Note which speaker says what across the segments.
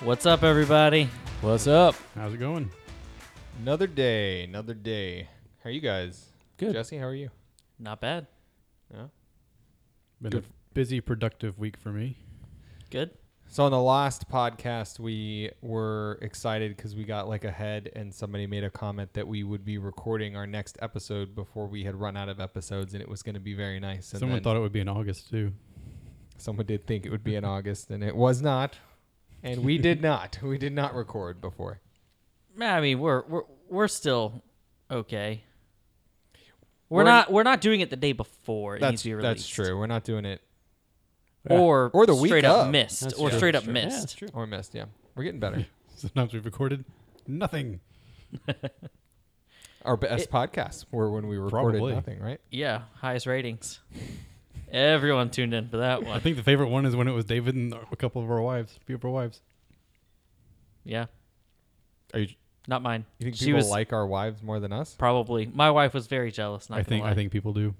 Speaker 1: What's up, everybody?
Speaker 2: What's up?
Speaker 3: How's it going?
Speaker 4: Another day, another day. How are you guys?
Speaker 2: Good.
Speaker 4: Jesse, how are you?
Speaker 1: Not bad.
Speaker 4: Yeah.
Speaker 3: Been
Speaker 2: Good.
Speaker 3: a busy, productive week for me.
Speaker 1: Good.
Speaker 4: So on the last podcast, we were excited because we got like ahead, and somebody made a comment that we would be recording our next episode before we had run out of episodes, and it was going to be very nice. And
Speaker 3: Someone
Speaker 4: then
Speaker 3: thought it would be in August too.
Speaker 4: someone did think it would be in August, and it was not. And we did not. We did not record before.
Speaker 1: I mean, we're we're we're still okay. We're,
Speaker 4: We're-
Speaker 1: not we're not doing it the day before it needs
Speaker 4: That's
Speaker 1: to be released.
Speaker 4: that's true. We're not doing it
Speaker 1: Or
Speaker 4: Or the week
Speaker 1: straight up
Speaker 4: of.
Speaker 1: missed
Speaker 2: That's
Speaker 1: or
Speaker 2: true.
Speaker 1: straight up
Speaker 2: That's true. Yeah, that's
Speaker 1: missed.
Speaker 2: true.
Speaker 4: or missed. Yeah, we're getting better.
Speaker 3: Sometimes we've recorded nothing.
Speaker 4: Our best podcasts were when we recorded
Speaker 3: Probably.
Speaker 4: nothing, right?
Speaker 1: Yeah, highest ratings. Everyone tuned in for that
Speaker 3: I
Speaker 1: one.
Speaker 3: think the favorite one is when it was David and a couple of our wives, a few of our wives.
Speaker 1: Yeah,
Speaker 4: Are you?
Speaker 1: not mine.
Speaker 4: You think
Speaker 1: she
Speaker 4: people
Speaker 1: was
Speaker 4: like our wives more than us?
Speaker 1: probably my wife was very jealous. Not
Speaker 3: I
Speaker 1: gonna
Speaker 3: think I
Speaker 1: lie.
Speaker 3: think people do.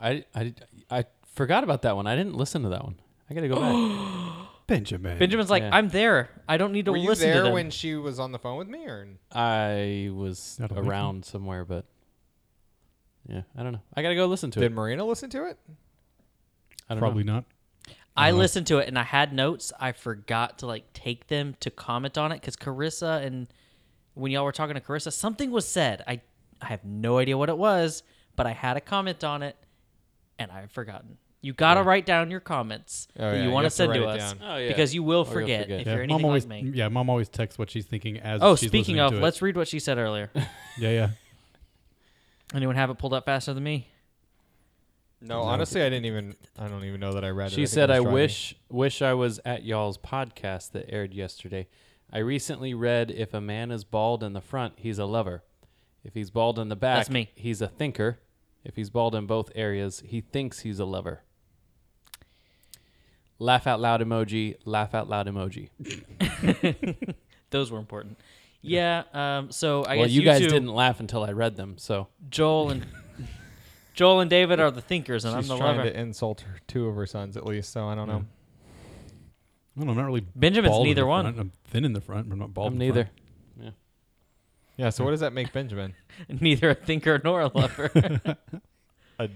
Speaker 2: I, I, I forgot about that one. I didn't listen to that one. I gotta go back.
Speaker 3: Benjamin.
Speaker 1: Benjamin's like
Speaker 2: Yeah.
Speaker 1: I'm there. I don't need to
Speaker 4: Were you
Speaker 1: listen to
Speaker 4: there
Speaker 1: them.
Speaker 4: when she was on the phone with me, or
Speaker 2: I was
Speaker 3: I don't think so.
Speaker 2: around somewhere, but yeah, I don't know. I gotta go listen to
Speaker 4: did
Speaker 2: it.
Speaker 4: Marina listen to it?
Speaker 2: I don't
Speaker 3: Probably
Speaker 2: know.
Speaker 3: not.
Speaker 1: I listened to it and I had notes. I forgot to like take them to comment on it because Carissa and when y'all were talking to Carissa, something was said. I I have no idea what it was, but I had a comment on it and I've forgotten. You gotta write down your comments
Speaker 4: Oh,
Speaker 1: that
Speaker 4: yeah,
Speaker 1: you
Speaker 4: you
Speaker 1: want to
Speaker 4: have to
Speaker 1: send
Speaker 4: write
Speaker 1: to
Speaker 4: it
Speaker 1: us
Speaker 4: down.
Speaker 2: Oh, yeah.
Speaker 1: because you will
Speaker 2: you'll
Speaker 1: forget,
Speaker 2: forget.
Speaker 1: if
Speaker 3: Yeah,
Speaker 1: you're anything
Speaker 3: mom always.
Speaker 1: like me.
Speaker 3: Yeah, mom always texts what she's thinking as.
Speaker 1: Oh,
Speaker 3: she's
Speaker 1: speaking
Speaker 3: listening
Speaker 1: of,
Speaker 3: to it.
Speaker 1: let's read what she said earlier.
Speaker 3: Yeah, yeah.
Speaker 1: Anyone have it pulled up faster than me?
Speaker 4: No, honestly, I didn't even. I don't even know that I read it.
Speaker 2: She
Speaker 4: think
Speaker 2: said,
Speaker 4: was
Speaker 2: "I
Speaker 4: driving."
Speaker 2: wish wish I was at y'all's podcast that aired yesterday. I recently read if a man is bald in the front, he's a lover. If he's bald in the back,
Speaker 1: That's me.
Speaker 2: he's a thinker. If he's bald in both areas, he thinks he's a lover." Laugh out loud emoji. Laugh out loud emoji.
Speaker 1: Those were important. Yeah. um, so I
Speaker 2: well,
Speaker 1: guess
Speaker 2: you, guys
Speaker 1: two,
Speaker 2: didn't laugh until I read them, so
Speaker 1: Joel and Joel and David are the thinkers, and
Speaker 4: She's
Speaker 1: I'm the
Speaker 4: trying
Speaker 1: lover.
Speaker 4: to insult her, two of her sons at least. So I don't know.
Speaker 3: I don't know, I'm not really.
Speaker 1: Benjamin's
Speaker 3: bald in
Speaker 1: neither
Speaker 3: the
Speaker 1: one.
Speaker 3: front. I'm thin in the front, but I'm not bald.
Speaker 2: I'm
Speaker 3: in the front.
Speaker 2: neither.
Speaker 4: Yeah. So what does that make Benjamin?
Speaker 1: neither a thinker nor a lover.
Speaker 4: A.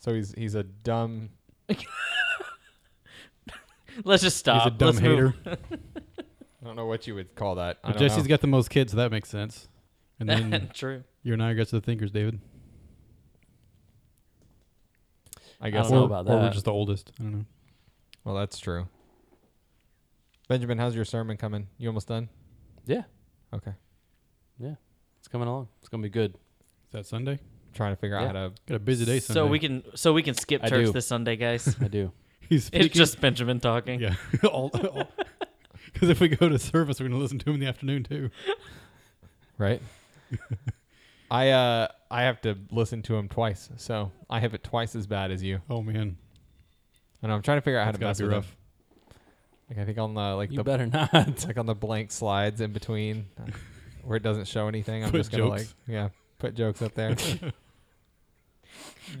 Speaker 4: So he's he's a dumb.
Speaker 1: Let's just stop.
Speaker 3: He's a dumb
Speaker 1: Let's move.
Speaker 3: hater.
Speaker 4: I don't know what you would call that. I
Speaker 3: But
Speaker 4: don't
Speaker 3: Jesse's
Speaker 4: know.
Speaker 3: got the most kids, so that makes sense. And then
Speaker 1: True.
Speaker 3: you and I are guys are the thinkers, David.
Speaker 4: I guess.
Speaker 2: don't know
Speaker 3: Or-
Speaker 4: so.
Speaker 2: about
Speaker 3: Or we're
Speaker 2: that.
Speaker 3: just the oldest. I don't know.
Speaker 4: Well, that's true. Benjamin, how's your sermon coming? You almost done?
Speaker 2: Yeah,
Speaker 4: Okay.
Speaker 2: it's coming along. It's gonna be good.
Speaker 3: Is that Sunday?
Speaker 4: trying to figure out
Speaker 2: Yeah.
Speaker 4: how to.
Speaker 3: Got a busy day Sunday.
Speaker 1: So we can so we can skip
Speaker 2: I
Speaker 1: church
Speaker 2: do.
Speaker 1: this Sunday, guys.
Speaker 2: I do.
Speaker 3: He's
Speaker 1: it's
Speaker 3: speaking.
Speaker 1: just Benjamin talking.
Speaker 3: yeah. Because if we go to service, we're gonna listen to him in the afternoon too.
Speaker 4: right? I uh I have to listen to him twice, so I have it twice as bad as you.
Speaker 3: Oh man,
Speaker 4: I know I'm trying to figure out how
Speaker 3: that's
Speaker 4: to mess
Speaker 3: gotta be
Speaker 4: with
Speaker 3: rough.
Speaker 4: him. Like I think on the like
Speaker 2: You
Speaker 4: the
Speaker 2: better not.
Speaker 4: like on the blank slides in between uh, where it doesn't show anything. I'm
Speaker 3: Put
Speaker 4: just gonna
Speaker 3: jokes.
Speaker 4: like yeah put jokes up there
Speaker 1: This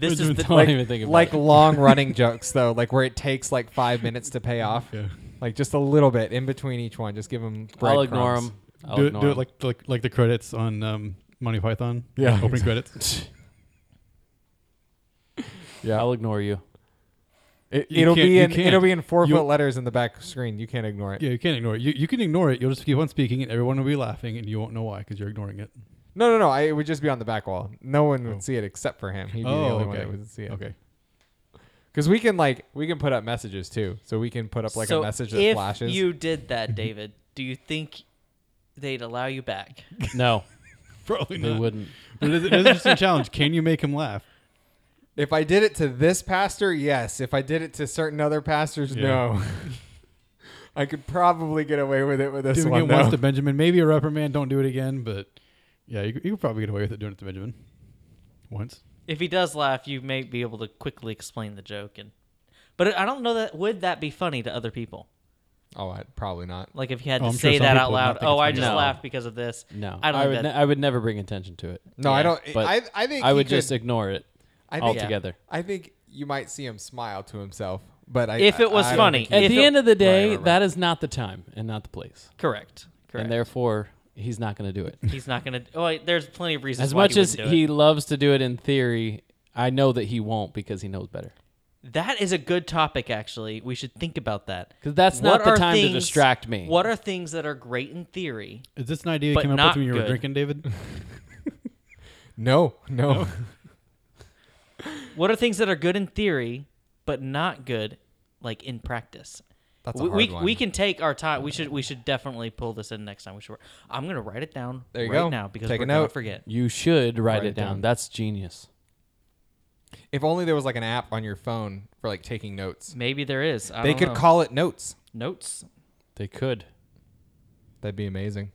Speaker 1: is
Speaker 3: Benjamin
Speaker 1: the
Speaker 2: Don't
Speaker 1: like,
Speaker 2: even think about
Speaker 4: like
Speaker 2: it.
Speaker 4: long running jokes though, like where it takes like five minutes to pay off,
Speaker 3: Yeah.
Speaker 4: like just a little bit in between each one. Just give them.
Speaker 2: I'll ignore him. I'll
Speaker 3: do it,
Speaker 2: ignore
Speaker 3: do
Speaker 2: 'em.
Speaker 3: it like, like like the credits on um, Monty Python.
Speaker 4: Yeah.
Speaker 3: opening credits.
Speaker 4: Yeah,
Speaker 2: I'll ignore you.
Speaker 4: it,
Speaker 3: you
Speaker 4: will
Speaker 3: can't-
Speaker 4: be
Speaker 3: you
Speaker 4: in
Speaker 3: can't.
Speaker 4: it'll be in four
Speaker 3: You-
Speaker 4: foot letters in the back screen. You can't ignore it.
Speaker 3: Yeah, you can't ignore it. You, you can ignore it. You'll just keep on speaking, and everyone will be laughing, and you won't know why because you're ignoring it.
Speaker 4: No, no, no. I, it would just be on the back wall. No one would
Speaker 3: Oh.
Speaker 4: see it except for him. He'd be the
Speaker 3: Oh,
Speaker 4: only one
Speaker 3: okay.
Speaker 4: that would see it.
Speaker 3: Okay.
Speaker 4: Because we can like we can put up messages too. So we can put up like
Speaker 1: so
Speaker 4: a message that
Speaker 1: if
Speaker 4: flashes.
Speaker 1: you did that, David, do you think they'd allow you back?
Speaker 2: No,
Speaker 3: Probably
Speaker 2: they
Speaker 3: not.
Speaker 2: wouldn't.
Speaker 3: But it is, it is an interesting challenge. Can you make him laugh?
Speaker 4: if I did it to this pastor, yes. If I did it to certain other pastors,
Speaker 3: Yeah.
Speaker 4: no. I could probably get away with it with this
Speaker 3: doing
Speaker 4: one.
Speaker 3: it
Speaker 4: though.
Speaker 3: once to Benjamin, maybe a reprimand. Don't do it again. But yeah, you, could- you could probably get away with it doing it to Benjamin once.
Speaker 1: If he does laugh, you may be able to quickly explain the joke and but I don't know that would that be funny to other people.
Speaker 4: oh, I, probably not.
Speaker 1: Like if you had
Speaker 3: Oh,
Speaker 1: to
Speaker 3: I'm sure
Speaker 1: say
Speaker 3: some
Speaker 1: that out
Speaker 3: people would not
Speaker 1: loud,
Speaker 3: think
Speaker 1: oh,
Speaker 3: it's
Speaker 1: I
Speaker 3: funny.
Speaker 1: just
Speaker 2: No.
Speaker 1: laughed because of this.
Speaker 2: No,
Speaker 1: I
Speaker 2: I,
Speaker 1: don't think
Speaker 2: would.
Speaker 1: that-
Speaker 2: Ne- I would never bring attention to it.
Speaker 4: No, I
Speaker 1: Yeah,
Speaker 4: don't.
Speaker 2: but
Speaker 4: I I think
Speaker 2: I
Speaker 4: he
Speaker 2: would
Speaker 4: could-
Speaker 2: just ignore it
Speaker 4: I think
Speaker 1: yeah.
Speaker 2: altogether.
Speaker 4: I think you might see him smile to himself, But I,
Speaker 1: If it
Speaker 4: I-
Speaker 1: was
Speaker 4: I don't
Speaker 1: funny.
Speaker 4: think
Speaker 2: At
Speaker 1: If
Speaker 2: the
Speaker 1: it-
Speaker 2: end of the day,
Speaker 4: right, right.
Speaker 2: that is not the time and not the place,
Speaker 1: Correct. Correct.
Speaker 2: and therefore he's not going to do it.
Speaker 1: he's not gonna. Oh, wait, there's plenty of reasons.
Speaker 2: As
Speaker 1: why
Speaker 2: much
Speaker 1: he
Speaker 2: as
Speaker 1: wouldn't do
Speaker 2: he
Speaker 1: it.
Speaker 2: loves to do it in theory, I know that he won't because he knows better.
Speaker 1: that is a good topic. Actually, we should think about that.
Speaker 2: Because that's
Speaker 1: What
Speaker 2: not the
Speaker 1: are
Speaker 2: time to
Speaker 1: things-
Speaker 2: distract me.
Speaker 1: What are things that are great in theory?
Speaker 3: Is this an idea you
Speaker 1: But
Speaker 3: came up
Speaker 1: not
Speaker 3: with when you were
Speaker 1: good.
Speaker 3: drinking, David?
Speaker 4: No, no.
Speaker 1: What are things that are good in theory but not good, like in practice?
Speaker 4: That's a
Speaker 1: we,
Speaker 4: hard
Speaker 1: we,
Speaker 4: one.
Speaker 1: we can take our time. We should we should definitely pull this in next time. We should. wor- I'm gonna write it down
Speaker 4: There you
Speaker 1: right
Speaker 4: go.
Speaker 1: now because
Speaker 4: Take
Speaker 1: we're
Speaker 4: a
Speaker 1: gonna
Speaker 4: note.
Speaker 1: forget.
Speaker 2: You should write, it down.
Speaker 4: down.
Speaker 2: That's genius.
Speaker 4: If only there was like an app on your phone for like taking notes.
Speaker 1: Maybe there is. I
Speaker 4: they
Speaker 1: don't
Speaker 4: could
Speaker 1: know.
Speaker 4: call it notes.
Speaker 1: notes.
Speaker 2: They could.
Speaker 4: That'd be amazing.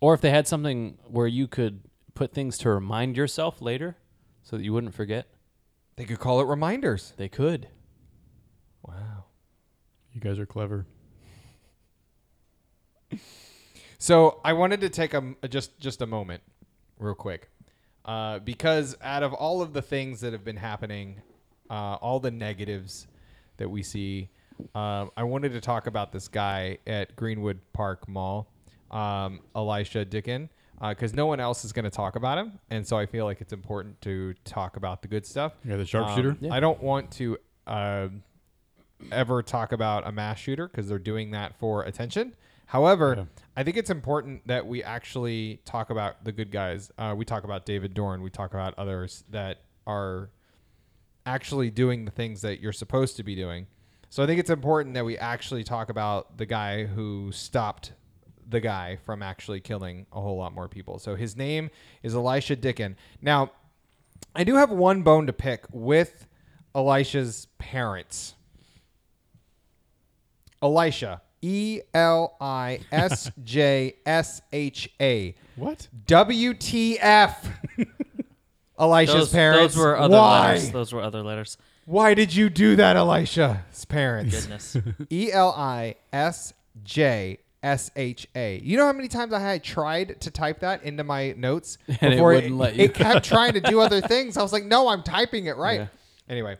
Speaker 2: Or if they had something where you could put things to remind yourself later so that you wouldn't forget,
Speaker 4: They could call it reminders.
Speaker 2: they could.
Speaker 4: Wow.
Speaker 3: You guys are clever.
Speaker 4: So I wanted to take a just just a moment, real quick, uh, because out of all of the things that have been happening, uh, all the negatives that we see, um, I wanted to talk about this guy at Greenwood Park Mall, um, Elisha Dickin, because no one else is going to talk about him, and so I feel like it's important to talk about the good stuff.
Speaker 3: Yeah, the sharpshooter.
Speaker 4: Um, I don't want to uh, ever talk about a mass shooter because they're doing that for attention. However,
Speaker 3: Yeah.
Speaker 4: I think it's important that we actually talk about the good guys. Uh, we talk about David Dorn. We talk about others that are actually doing the things that you're supposed to be doing. So I think it's important that we actually talk about the guy who stopped the guy from actually killing a whole lot more people. So his name is Elisha Dickin. Now, I do have one bone to pick with Elisha's parents. Elisha, E L I S J S H A.
Speaker 3: What?
Speaker 4: WTF. Elisha's
Speaker 1: Those,
Speaker 4: parents.
Speaker 1: those were other
Speaker 4: Why?
Speaker 1: letters. Those were other letters.
Speaker 4: Why did you do that, Elisha's parents?
Speaker 1: Goodness.
Speaker 4: E L I S J S H A. You know how many times I had tried to type that into my notes
Speaker 2: And it wouldn't let you.
Speaker 4: it kept trying to do other things. I was like, no, I'm typing it right.
Speaker 2: Yeah.
Speaker 4: Anyway,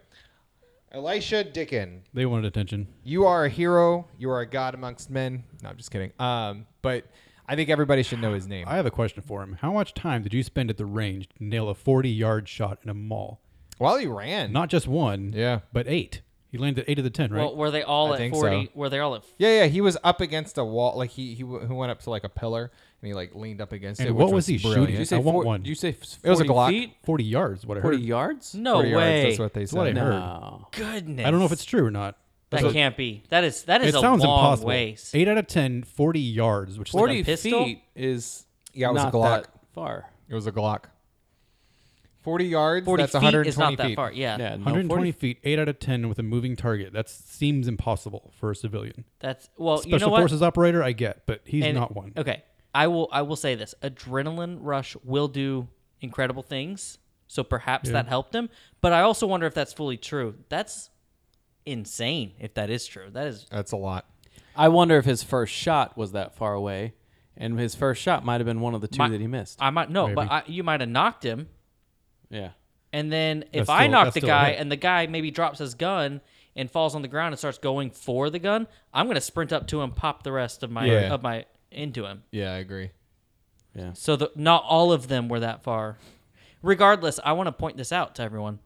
Speaker 4: Elisha Dickin,
Speaker 3: They wanted attention.
Speaker 4: you are a hero. You are a god amongst men. No, I'm just kidding. Um, but I think everybody should know his name.
Speaker 3: I have a question for him. How much time did you spend at the range to nail a 40 yard shot in a mall?
Speaker 4: While he ran,
Speaker 3: Not just one,
Speaker 4: Yeah.
Speaker 3: but eight. He landed eight of the 10, right?
Speaker 1: Well, were they all
Speaker 4: I
Speaker 1: at
Speaker 4: think
Speaker 1: forty?
Speaker 4: so.
Speaker 1: Were they all at?
Speaker 4: yeah, yeah, he was up against a wall. Like he he, w- he went up to like a pillar and he like leaned up against
Speaker 3: And
Speaker 4: it.
Speaker 3: what
Speaker 4: which
Speaker 3: was he shooting?
Speaker 4: brilliant.
Speaker 3: Did you say I want four- one. did
Speaker 2: you
Speaker 3: you
Speaker 2: say
Speaker 4: It was a 40 Glock.
Speaker 2: 40
Speaker 4: feet?
Speaker 3: 40 yards, what I heard.
Speaker 2: 40 yards?
Speaker 1: No
Speaker 4: 40 yards,
Speaker 1: way.
Speaker 4: That's what they
Speaker 3: what I
Speaker 4: said.
Speaker 3: heard.
Speaker 2: No.
Speaker 1: Goodness.
Speaker 3: I don't know if it's true or not.
Speaker 1: That
Speaker 3: That's a-
Speaker 1: can't be. That is that is
Speaker 3: it
Speaker 1: a
Speaker 3: sounds
Speaker 1: long
Speaker 3: impossible.
Speaker 1: way.
Speaker 3: Eight out of 10, 40 yards, which
Speaker 2: 40
Speaker 3: is like,
Speaker 1: pistol?
Speaker 2: feet is
Speaker 4: Yeah, it was a
Speaker 2: not
Speaker 4: Glock.
Speaker 2: that far.
Speaker 4: It was a Glock. 40 yards,
Speaker 1: Forty
Speaker 4: that's
Speaker 1: feet
Speaker 4: 120
Speaker 1: is not
Speaker 4: feet.
Speaker 1: that far. Yeah.
Speaker 2: Yeah, no,
Speaker 3: 120
Speaker 2: 40
Speaker 3: feet, eight out of 10 with a moving target. That seems impossible for a civilian.
Speaker 1: That's well.
Speaker 3: Special
Speaker 1: you know what?
Speaker 3: forces operator, I get, but he's
Speaker 1: And-
Speaker 3: not one.
Speaker 1: Okay. I will I will say this. Adrenaline rush will do incredible things. So perhaps that helped him. But I also wonder if that's fully true. That's insane if that is true. That is
Speaker 4: That's a lot.
Speaker 2: I wonder if his first shot was that far away, and his first shot might have been one of the two
Speaker 1: My-
Speaker 2: that he missed.
Speaker 1: I might no, but
Speaker 3: Maybe.
Speaker 1: I, you might have knocked him.
Speaker 2: yeah,
Speaker 1: And then if
Speaker 3: That's
Speaker 1: I
Speaker 3: still-
Speaker 1: knock
Speaker 3: that's
Speaker 1: the
Speaker 3: still a
Speaker 1: guy
Speaker 3: hit.
Speaker 1: and the guy maybe drops his gun and falls on the ground and starts going for the gun, I'm gonna sprint up to him, pop the rest of my
Speaker 4: Yeah.
Speaker 1: of my into him.
Speaker 4: Yeah, I agree.
Speaker 2: yeah.
Speaker 1: So the, not all of them were that far. Regardless, I want to point this out to everyone.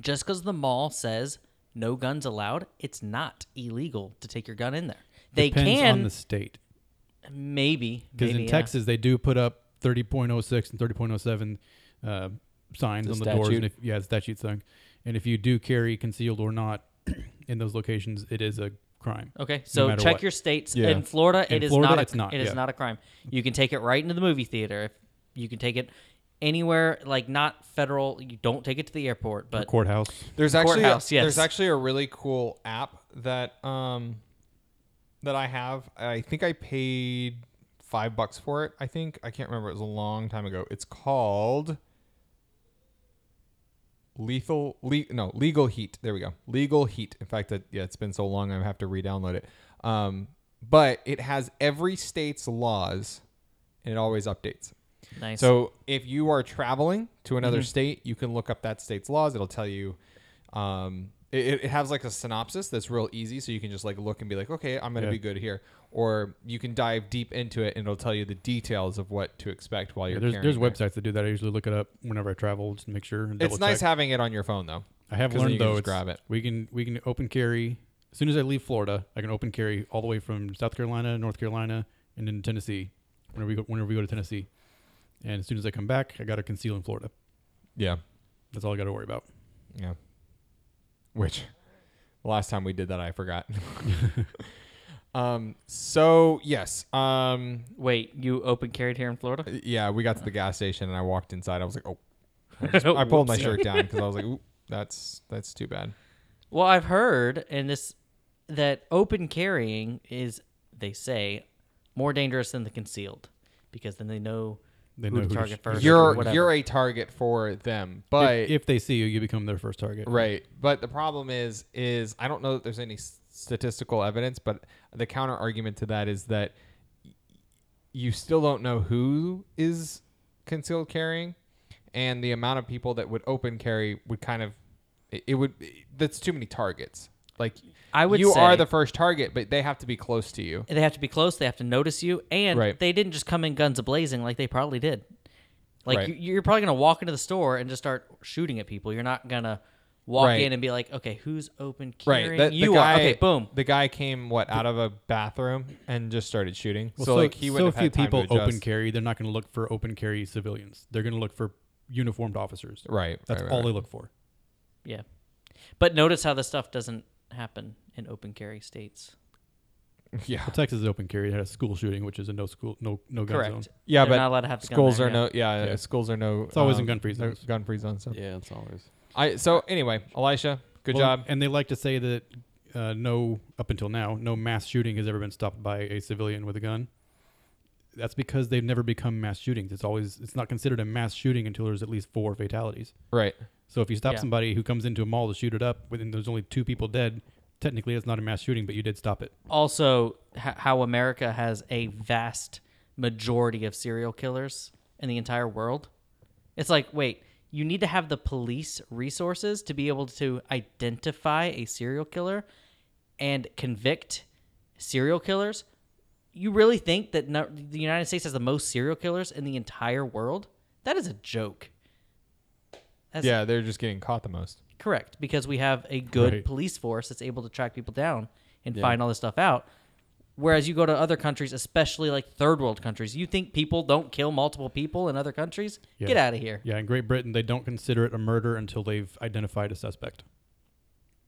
Speaker 1: Just because the mall says no guns allowed, it's not illegal to take your gun in there. They
Speaker 3: Depends
Speaker 1: can
Speaker 3: on the state.
Speaker 1: maybe
Speaker 3: Because
Speaker 1: maybe,
Speaker 3: in
Speaker 1: yeah.
Speaker 3: Texas, they do put up 30.06 and 30.07 uh, signs
Speaker 2: The
Speaker 3: on the doors.
Speaker 2: statute.
Speaker 3: And if, yeah, it's statute thing. And if you do carry concealed or not in those locations, it is a crime.
Speaker 1: Okay, so
Speaker 3: matter
Speaker 1: check
Speaker 3: what.
Speaker 1: your states.
Speaker 4: Yeah.
Speaker 1: In Florida,
Speaker 3: In
Speaker 1: it is
Speaker 3: Florida,
Speaker 1: not. A,
Speaker 3: it's not,
Speaker 1: It is
Speaker 3: yeah.
Speaker 1: not a crime. You can take it right into the movie theater. If you can take it anywhere, like not federal. You don't take it to the airport, but
Speaker 3: Courthouse.
Speaker 4: There's actually a,
Speaker 1: courthouse, yes.
Speaker 4: there's actually a really cool app that um that I have. I think I paid 5 bucks for it. I think I can't remember. It was a long time ago. It's called Lethal le- no, Legal Heat. There we go. Legal Heat. In fact, that yeah, it's been so long I have to re-download it. Um but it has every state's laws and it always updates.
Speaker 1: nice.
Speaker 4: So if
Speaker 3: Mm-hmm.
Speaker 4: you are traveling to another state, you can look up that state's laws. It'll tell you um, It, it- it has like a synopsis that's real easy, so you can just like look and be like, okay, I'm gonna
Speaker 3: Yeah.
Speaker 4: be good here, or you can dive deep into it and it'll tell you the details of what to expect while
Speaker 3: Yeah,
Speaker 4: you're.
Speaker 3: there's
Speaker 4: carrying
Speaker 3: there's
Speaker 4: it.
Speaker 3: websites that do that. I usually look it up whenever I travel just to make sure. And
Speaker 4: It's
Speaker 3: double
Speaker 4: nice
Speaker 3: check.
Speaker 4: having it on your phone though.
Speaker 3: I have
Speaker 4: 'cause then
Speaker 3: learned
Speaker 4: you can
Speaker 3: though.
Speaker 4: just
Speaker 3: It's,
Speaker 4: grab it.
Speaker 3: We can we can open carry as soon as I leave Florida. I can open carry all the way from South Carolina, North Carolina, and then Tennessee. Whenever we go, whenever we go to Tennessee, and as soon as I come back, I got to conceal in Florida.
Speaker 4: Yeah.
Speaker 3: That's all I got to worry about.
Speaker 4: Yeah. Which last time we did that I forgot. um so yes. Um
Speaker 1: Wait, you open carried here in Florida?
Speaker 4: yeah, we got to the gas station and I walked inside. I was like, "Oh." I, just- I pulled my shirt down cuz I was like, "Ooh, that's that's too bad."
Speaker 1: Well, I've heard and this that open carrying is they say more dangerous than the concealed because then they know
Speaker 3: They
Speaker 1: who
Speaker 3: know
Speaker 1: to
Speaker 3: who to
Speaker 1: target
Speaker 3: sh-
Speaker 1: first. or
Speaker 4: You're
Speaker 1: whatever.
Speaker 4: you're a target for them. But
Speaker 3: If, if they see you, you become their first target.
Speaker 4: Right. But the problem is, is I don't know that there's any s- statistical evidence, but the counter argument to that is that y- you still don't know who is concealed carrying, and the amount of people that would open carry would kind of, it, it would, that's too many targets. Like
Speaker 1: I would
Speaker 4: you are
Speaker 1: say-
Speaker 4: the first target, but they have to be close to you.
Speaker 1: they have to be close. They have to notice you, and
Speaker 4: Right.
Speaker 1: they didn't just come in guns a blazing like they probably did. Like
Speaker 4: Right.
Speaker 1: you, you're probably gonna walk into the store and just start shooting at people. You're not gonna walk
Speaker 4: Right.
Speaker 1: in and be like, okay, who's open carrying?
Speaker 4: Right. That,
Speaker 1: you
Speaker 4: the guy,
Speaker 1: are. Okay, boom.
Speaker 4: The guy came what out of a bathroom and just started shooting.
Speaker 3: Well,
Speaker 4: so, like he
Speaker 3: so
Speaker 4: would have
Speaker 3: few
Speaker 4: had time
Speaker 3: people
Speaker 4: to adjust.
Speaker 3: open carry. They're not going to look for open carry civilians. They're going to look for uniformed officers.
Speaker 4: Right.
Speaker 3: That's
Speaker 4: right, right,
Speaker 3: all
Speaker 4: right.
Speaker 3: they look for.
Speaker 1: Yeah. But notice how this stuff doesn't happen in open carry states.
Speaker 4: Yeah.
Speaker 3: Well, Texas is open carry. It had a school shooting, which is a no school, no no gun
Speaker 1: Correct.
Speaker 3: zone.
Speaker 4: Yeah,
Speaker 1: They're
Speaker 4: but
Speaker 1: not allowed to have the gun
Speaker 4: schools
Speaker 1: there,
Speaker 4: are
Speaker 1: yeah.
Speaker 4: no. Yeah,
Speaker 3: Yeah.
Speaker 4: schools are no. um,
Speaker 3: It's always in gun-free
Speaker 4: no
Speaker 3: zones.
Speaker 4: Gun-free zones. So.
Speaker 2: Yeah, it's always.
Speaker 4: I so anyway, Elisha, good
Speaker 3: Well,
Speaker 4: job.
Speaker 3: And they like to say that uh, no, up until now, no mass shooting has ever been stopped by a civilian with a gun. That's because they've never become mass shootings. It's always it's not considered a mass shooting until there's at least four fatalities.
Speaker 4: Right.
Speaker 3: So if you stop
Speaker 1: Yeah.
Speaker 3: somebody who comes into a mall to shoot it up, when there's only two people dead, technically that's not a mass shooting, but you did stop it.
Speaker 1: Also, h- how America has a vast majority of serial killers in the entire world. It's like, wait, you need to have the police resources to be able to identify a serial killer and convict serial killers. You really think that no, the United States has the most serial killers in the entire world? That is a joke. That's
Speaker 4: Yeah, they're just getting caught the most.
Speaker 1: Correct, because we have a good
Speaker 3: Right.
Speaker 1: police force that's able to track people down and find all this stuff out. Whereas you go to other countries, especially like third world countries, you think people don't kill multiple people in other countries?
Speaker 3: Yeah.
Speaker 1: Get out of here.
Speaker 3: Yeah, in Great Britain, they don't consider it a murder until they've identified a suspect.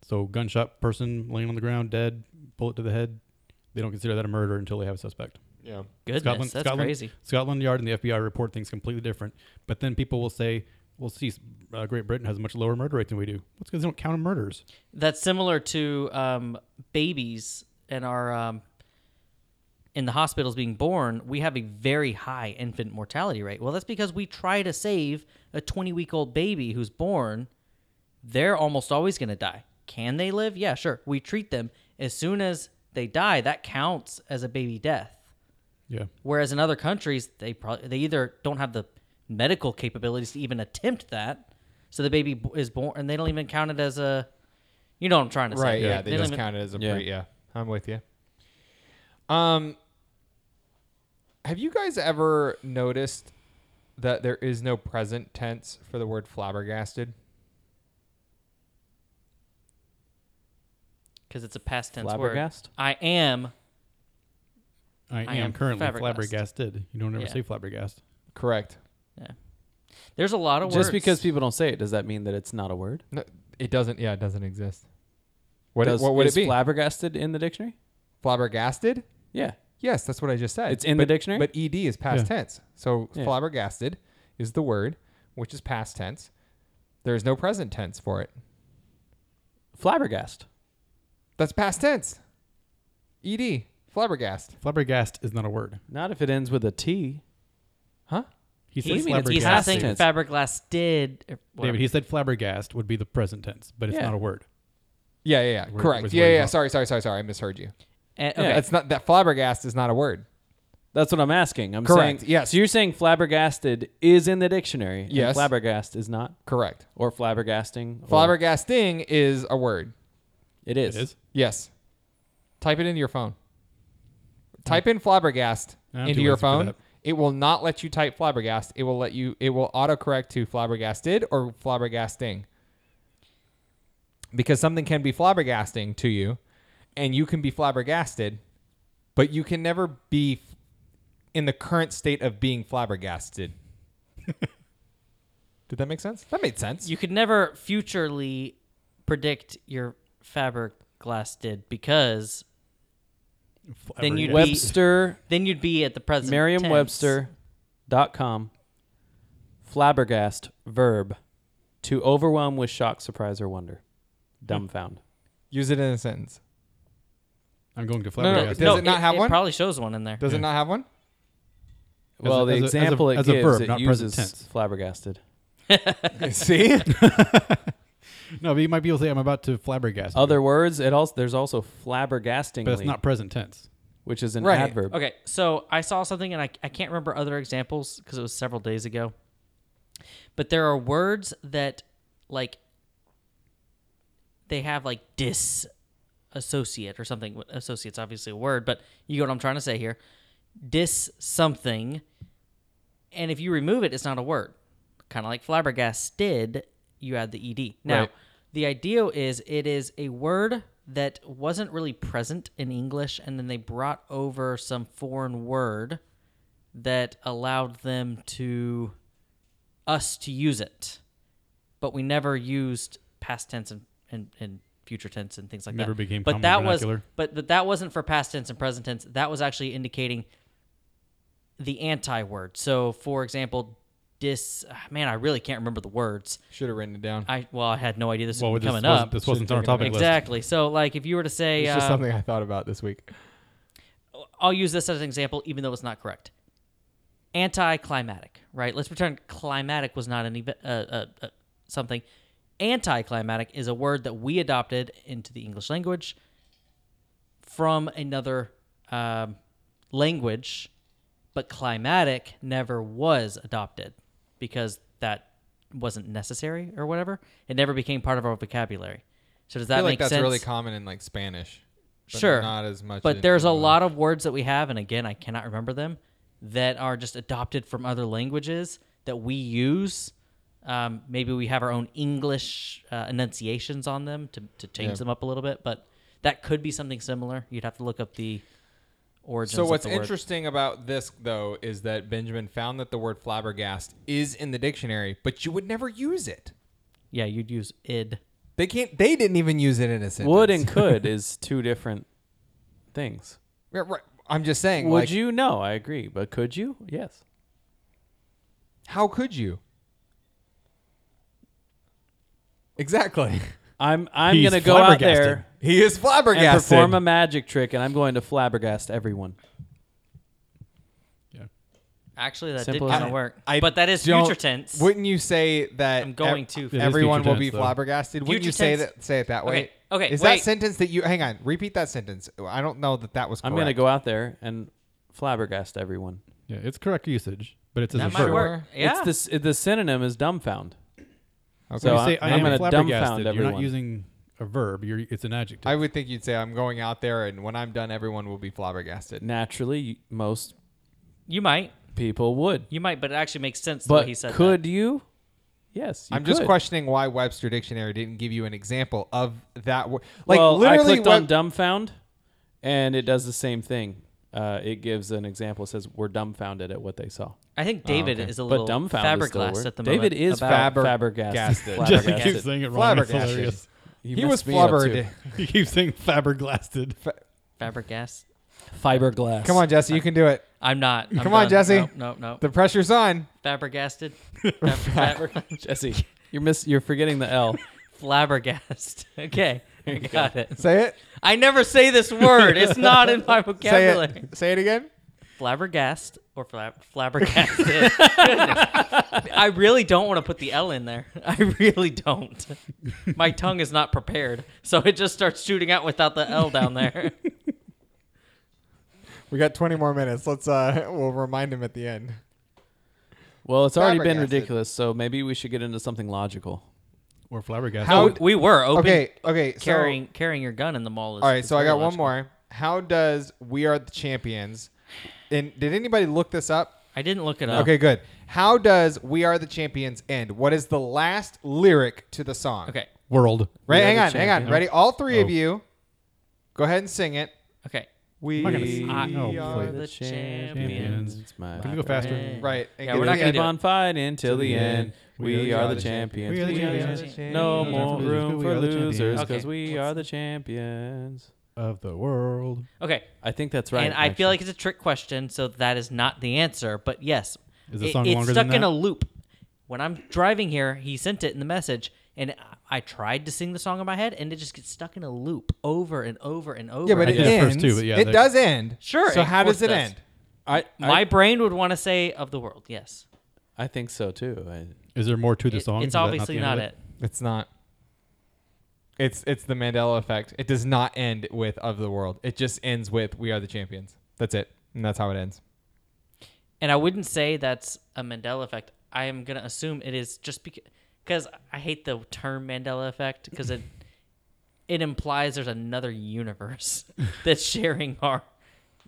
Speaker 3: So, gunshot person laying on the ground, dead, bullet to the head, they don't consider that a murder until they have a suspect.
Speaker 4: Yeah.
Speaker 1: Goodness,
Speaker 3: Scotland,
Speaker 1: that's
Speaker 3: Scotland,
Speaker 1: crazy.
Speaker 3: Scotland Yard and the FBI report things completely different. But then people will say, "Well, see, uh, Great Britain has a much lower murder rate than we do." What's because they don't count murders.
Speaker 1: That's similar to um, babies in our um, in the hospitals being born. We have a very high infant mortality rate. Well, that's because we try to save a 20 week old baby who's born. They're almost always going to die. Can they live? Yeah, sure. We treat them as soon as they die. That counts as a baby death.
Speaker 3: Yeah,
Speaker 1: Whereas in other countries, they probably they either don't have the medical capabilities to even attempt that, so the baby b- is born and they don't even count it as a. You know what I'm trying to say?
Speaker 4: Right. Yeah,
Speaker 1: Like,
Speaker 4: they,
Speaker 1: don't
Speaker 4: just
Speaker 1: even-
Speaker 4: count it as a
Speaker 2: Yeah.
Speaker 4: pre. Yeah, I'm with you. Um, have you guys ever noticed that there is no present tense for the word flabbergasted?
Speaker 1: because it's a past tense word.
Speaker 2: Flabbergast?
Speaker 1: I am.
Speaker 3: I,
Speaker 1: I
Speaker 3: am,
Speaker 1: am
Speaker 3: currently
Speaker 1: flabbergasted.
Speaker 3: flabbergasted. You don't ever
Speaker 1: Yeah.
Speaker 3: say flabbergast.
Speaker 4: Correct.
Speaker 1: There's a lot of words.
Speaker 2: Just because people don't say it, does that mean that it's not a word?
Speaker 4: No, it doesn't. Yeah, it doesn't exist. What,
Speaker 2: does,
Speaker 4: what would
Speaker 2: is
Speaker 4: it be?
Speaker 2: flabbergasted in the dictionary?
Speaker 4: flabbergasted?
Speaker 2: Yeah.
Speaker 4: Yes, that's what I just said.
Speaker 2: It's in
Speaker 4: But-
Speaker 2: the dictionary?
Speaker 4: But ed is past
Speaker 3: Yeah.
Speaker 4: tense. So
Speaker 2: Yeah.
Speaker 4: flabbergasted is the word, which is past tense. There's no present tense for it.
Speaker 2: Flabbergast.
Speaker 4: That's past tense. Ed flabbergast.
Speaker 3: Flabbergast is not a word.
Speaker 2: Not if it ends with a T.
Speaker 4: Huh?
Speaker 3: He
Speaker 1: he's,
Speaker 3: said
Speaker 2: mean it's
Speaker 1: he's not
Speaker 2: past
Speaker 1: saying
Speaker 2: tense.
Speaker 1: Faberglass did. or whatever.
Speaker 3: David, he said flabbergast would be the present tense, but it's
Speaker 2: Yeah.
Speaker 3: not a word.
Speaker 4: Yeah, yeah, yeah.
Speaker 3: Where-
Speaker 4: Correct.
Speaker 3: was
Speaker 4: Yeah,
Speaker 3: where
Speaker 4: yeah.
Speaker 3: you
Speaker 4: yeah.
Speaker 3: got-
Speaker 4: Sorry, sorry, sorry, sorry. I misheard you.
Speaker 1: And-
Speaker 2: Yeah,
Speaker 1: Eh, okay.
Speaker 4: That's not that flabbergast is not a word.
Speaker 2: That's what I'm asking. I'm
Speaker 4: Correct,
Speaker 2: saying.
Speaker 4: yes.
Speaker 2: So you're saying flabbergasted is in the dictionary. and
Speaker 4: Yes.
Speaker 2: flabbergast is not.
Speaker 4: Correct.
Speaker 3: Oh.
Speaker 2: Or flabbergasting. or-
Speaker 4: Flabbergasting is a word.
Speaker 2: It is.
Speaker 3: It is.
Speaker 4: Yes. Type it into your phone. Type in flabbergast
Speaker 3: I'm
Speaker 4: into
Speaker 3: too
Speaker 4: your
Speaker 3: lazy for
Speaker 4: phone.
Speaker 3: that.
Speaker 4: It will not let you type flabbergast. It will let you. It will autocorrect to flabbergasted or flabbergasting. Because something can be flabbergasting to you, and you can be flabbergasted, but you can never be f- in the current state of being flabbergasted. Did that make sense? That made sense.
Speaker 1: You could never futurely predict your fabric glass did because Then you'd be-
Speaker 2: Webster,
Speaker 1: then you'd be at the present. tense.
Speaker 2: Merriam-Webster.com, flabbergast, verb, to overwhelm with shock, surprise, or wonder. Dumbfound.
Speaker 4: Use it in a sentence.
Speaker 3: I'm going to
Speaker 4: no,
Speaker 1: No,
Speaker 3: flabbergast.
Speaker 4: does it not have one?
Speaker 1: Probably shows one in there.
Speaker 4: Does
Speaker 3: Yeah.
Speaker 4: it not have one?
Speaker 3: As
Speaker 2: well,
Speaker 3: a-
Speaker 2: the
Speaker 3: as a- as a-
Speaker 2: example
Speaker 3: as
Speaker 2: it
Speaker 3: a
Speaker 2: gives,
Speaker 3: verb,
Speaker 2: it
Speaker 3: not present
Speaker 2: uses
Speaker 3: tense.
Speaker 2: flabbergasted.
Speaker 4: See,
Speaker 3: No, but you might be able to say I'm about to flabbergast. you."
Speaker 2: Other words, it also there's also flabbergastingly,
Speaker 3: but it's not present tense.
Speaker 2: which is an
Speaker 4: Right.
Speaker 2: adverb.
Speaker 1: Okay, so I saw something and I, I can't remember other examples because it was several days ago. But there are words that like they have like disassociate or something. Associate's obviously a word, but you get what I'm trying to say here. Dis something, and if you remove it, it's not a word. Kind of like flabbergasted, you add the ed. Now,
Speaker 4: Right.
Speaker 1: the idea is it is a word that wasn't really present in English, and then they brought over some foreign word that allowed them to us to use it, but we never used past tense and, and, and future tense and things like
Speaker 3: Never
Speaker 1: that.
Speaker 3: became
Speaker 1: but
Speaker 3: common
Speaker 1: that was
Speaker 3: vernacular.
Speaker 1: but, but that wasn't for past tense and present tense. That was actually indicating the anti word. So, for example, dis. ah, Man, I really can't remember the words.
Speaker 4: should have written it down.
Speaker 1: I well, I had no idea this
Speaker 3: Well,
Speaker 1: was
Speaker 3: this
Speaker 1: coming
Speaker 3: wasn't,
Speaker 1: up.
Speaker 3: this wasn't on our
Speaker 4: Should've taken
Speaker 3: topic list.
Speaker 1: exactly. So, like, if you were to say,
Speaker 4: It's just
Speaker 1: uh,
Speaker 4: something I thought about this week.
Speaker 1: I'll use this as an example, even though it's not correct. Anticlimactic, right? Let's pretend climatic was not an event, uh, uh, uh, something. Anticlimactic is a word that we adopted into the English language from another um, language, but climatic never was adopted because that wasn't necessary or whatever. It never became part of our vocabulary. So does that
Speaker 4: I feel
Speaker 1: make
Speaker 4: like that's
Speaker 1: sense?
Speaker 4: really common in like Spanish. but
Speaker 1: Sure.
Speaker 4: Not as much.
Speaker 1: But
Speaker 4: in
Speaker 1: there's a
Speaker 4: English.
Speaker 1: lot of words that we have, and again, I cannot remember them, that are just adopted from other languages that we use. Um, maybe we have our own English uh, enunciations on them to, to change
Speaker 4: Yeah.
Speaker 1: them up a little bit, but that could be something similar. You'd have to look up the origins.
Speaker 4: So
Speaker 1: of
Speaker 4: what's
Speaker 1: the word.
Speaker 4: interesting about this though is that Benjamin found that the word flabbergast is in the dictionary, but you would never use it.
Speaker 1: Yeah, you'd use id.
Speaker 4: They can't. They didn't even use it in a sentence.
Speaker 2: Would and could is two different things.
Speaker 4: Yeah, right. I'm just saying.
Speaker 2: Would
Speaker 4: like,
Speaker 2: you? No, I agree. But could you? Yes.
Speaker 4: How could you? Exactly.
Speaker 2: I'm I'm
Speaker 3: He's
Speaker 2: gonna go out
Speaker 3: flabbergasted.
Speaker 2: there
Speaker 4: He is
Speaker 2: and
Speaker 4: flabbergasted.
Speaker 2: perform a magic trick, and I'm going to flabbergast everyone.
Speaker 3: Yeah.
Speaker 1: Actually, that
Speaker 2: Simple
Speaker 1: did
Speaker 2: as
Speaker 1: kind of
Speaker 2: that.
Speaker 1: work,
Speaker 4: I
Speaker 1: but that is
Speaker 4: don't-
Speaker 1: future tense.
Speaker 4: Wouldn't you say that?
Speaker 1: I'm going to- It is
Speaker 4: everyone
Speaker 3: future
Speaker 4: will be
Speaker 3: tense, though.
Speaker 4: flabbergasted. Wouldn't
Speaker 1: Future
Speaker 4: you say
Speaker 1: tense.
Speaker 4: that? Say it that way.
Speaker 1: Okay, okay,
Speaker 4: Is
Speaker 1: wait.
Speaker 4: that sentence that you? Hang on. Repeat that sentence. I don't know that that was. Correct.
Speaker 2: I'm gonna go out there and flabbergast everyone.
Speaker 3: Yeah, it's correct usage, but it's as a
Speaker 1: that might
Speaker 3: verb.
Speaker 1: work. Yeah,
Speaker 2: It's this. the synonym is dumbfound.
Speaker 4: Okay.
Speaker 2: So
Speaker 3: When
Speaker 2: I-
Speaker 3: you say I
Speaker 2: I'm
Speaker 3: am
Speaker 2: gonna dumbfound
Speaker 3: flabbergasted, you're
Speaker 2: everyone.
Speaker 3: not using a verb. You're it's an adjective.
Speaker 4: I would think you'd say I'm going out there, and when I'm done, everyone will be flabbergasted.
Speaker 2: Naturally, y- most
Speaker 1: you might,
Speaker 2: people would.
Speaker 1: you might, but it actually makes sense the way
Speaker 2: But
Speaker 1: he said
Speaker 2: could you? Yes. you
Speaker 4: I'm just
Speaker 2: could.
Speaker 4: questioning why Webster Dictionary didn't give you an example of that word. Like
Speaker 2: well, I
Speaker 4: literally,
Speaker 2: clicked on
Speaker 4: what,
Speaker 2: dumbfound, and it does the same thing. Uh, it gives an example. It says we're dumbfounded at what they saw.
Speaker 1: that. I think David
Speaker 4: okay.
Speaker 1: is a
Speaker 2: But
Speaker 1: little
Speaker 2: dumbfound is still a
Speaker 1: faberglass
Speaker 2: word.
Speaker 1: at the moment.
Speaker 2: David is
Speaker 1: about-
Speaker 4: fabber-
Speaker 2: fabergasted.
Speaker 4: gasted.
Speaker 3: Just
Speaker 1: Flabbergasted.
Speaker 3: keep saying it wrong. It's
Speaker 4: Flabbergasted.
Speaker 3: hilarious.
Speaker 2: You
Speaker 4: he was
Speaker 2: messed me up,
Speaker 4: flubbered.
Speaker 2: too.
Speaker 3: You keep saying flabbergasted.
Speaker 1: fabergas.
Speaker 2: Fiberglass.
Speaker 4: Come on, Jesse, you can do it.
Speaker 1: I'm not. I'm
Speaker 4: Come on,
Speaker 1: done.
Speaker 4: Jesse.
Speaker 1: No, no, no.
Speaker 4: The pressure's on.
Speaker 1: Fabergasted. Fab- fab-
Speaker 2: Jesse. You're miss. You're forgetting the L.
Speaker 1: Flabbergast. Okay, got it.
Speaker 4: Say it.
Speaker 1: I never say this word. It's not in my
Speaker 4: Say
Speaker 1: vocabulary.
Speaker 4: it. Say it again.
Speaker 1: Flabbergast or flab- flabbergasted. Goodness. I really don't want to put the L in there. I really don't. My tongue is not prepared, so it just starts shooting out without the L down there.
Speaker 4: We got 20 more minutes. Let's. uh We'll remind him at the end.
Speaker 2: Well, it's already been
Speaker 4: Flabbergasted.
Speaker 2: ridiculous, so maybe we should get into something logical.
Speaker 3: or flabbergasted.
Speaker 4: How-
Speaker 1: No, we, we were open
Speaker 4: Okay, okay, so-
Speaker 1: carrying carrying your gun in the mall. Is,
Speaker 4: All right,
Speaker 1: is
Speaker 4: so I
Speaker 1: very
Speaker 4: got one
Speaker 1: logical.
Speaker 4: more. How does "We Are the Champions"? And did anybody look this up?
Speaker 1: I didn't look it up.
Speaker 4: Okay, good. How does "We Are the Champions" end? What is the last lyric to the song?
Speaker 1: okay,
Speaker 3: World.
Speaker 4: Right,
Speaker 2: We are
Speaker 4: hang
Speaker 2: the
Speaker 4: on, hang on.
Speaker 2: champion.
Speaker 4: Ready? All three of
Speaker 3: Oh.
Speaker 4: you, go ahead and sing it.
Speaker 1: okay.
Speaker 4: We
Speaker 3: not gonna sing.
Speaker 1: I-
Speaker 3: No,
Speaker 1: we
Speaker 3: play
Speaker 1: are the champions.
Speaker 3: champions.
Speaker 2: It's my
Speaker 3: Can we go faster?
Speaker 1: friend.
Speaker 4: right.
Speaker 1: Yeah, we're not
Speaker 4: Keep
Speaker 1: gonna
Speaker 2: Keep
Speaker 1: do it.
Speaker 2: on fighting till the end. We are the
Speaker 3: We are the
Speaker 2: champions.
Speaker 3: champions.
Speaker 2: No more
Speaker 3: losers,
Speaker 2: room
Speaker 3: we
Speaker 2: for
Speaker 3: are the champions.
Speaker 2: losers
Speaker 1: Okay.
Speaker 2: because we are the champions.
Speaker 3: Of the world.
Speaker 1: Okay,
Speaker 2: I think that's right.
Speaker 1: and I feel like it's a trick question, so that is not the answer. But yes,
Speaker 3: Is the
Speaker 1: it-
Speaker 3: song
Speaker 1: it's
Speaker 3: longer
Speaker 1: stuck
Speaker 3: than
Speaker 1: in a
Speaker 3: that?
Speaker 1: loop. When I'm driving here, he sent it in the message, and I- I tried to sing the song in my head, and it just gets stuck in a loop over and over and over.
Speaker 4: Yeah, but
Speaker 3: I
Speaker 4: it
Speaker 3: did it
Speaker 4: ends.
Speaker 3: first too, but yeah,
Speaker 4: it
Speaker 3: they-
Speaker 4: does end.
Speaker 1: Sure,
Speaker 4: So
Speaker 1: of
Speaker 4: how does
Speaker 1: course
Speaker 4: it
Speaker 1: it does.
Speaker 4: end?
Speaker 2: I
Speaker 1: my
Speaker 2: I,
Speaker 1: brain would want to say of the world. Yes,
Speaker 2: I think so too. I,
Speaker 3: Is there more to the
Speaker 1: It-
Speaker 3: song? Is
Speaker 1: it's
Speaker 3: that
Speaker 1: obviously
Speaker 3: the end
Speaker 1: not
Speaker 3: of
Speaker 1: it.
Speaker 4: It's not. It's it's the Mandela effect. It does not end with "Of the World." It just ends with "We Are the Champions." That's it, and that's how it ends.
Speaker 1: And I wouldn't say that's a Mandela effect. I am gonna assume it is just because I hate the term Mandela effect because it it implies there's another universe that's sharing our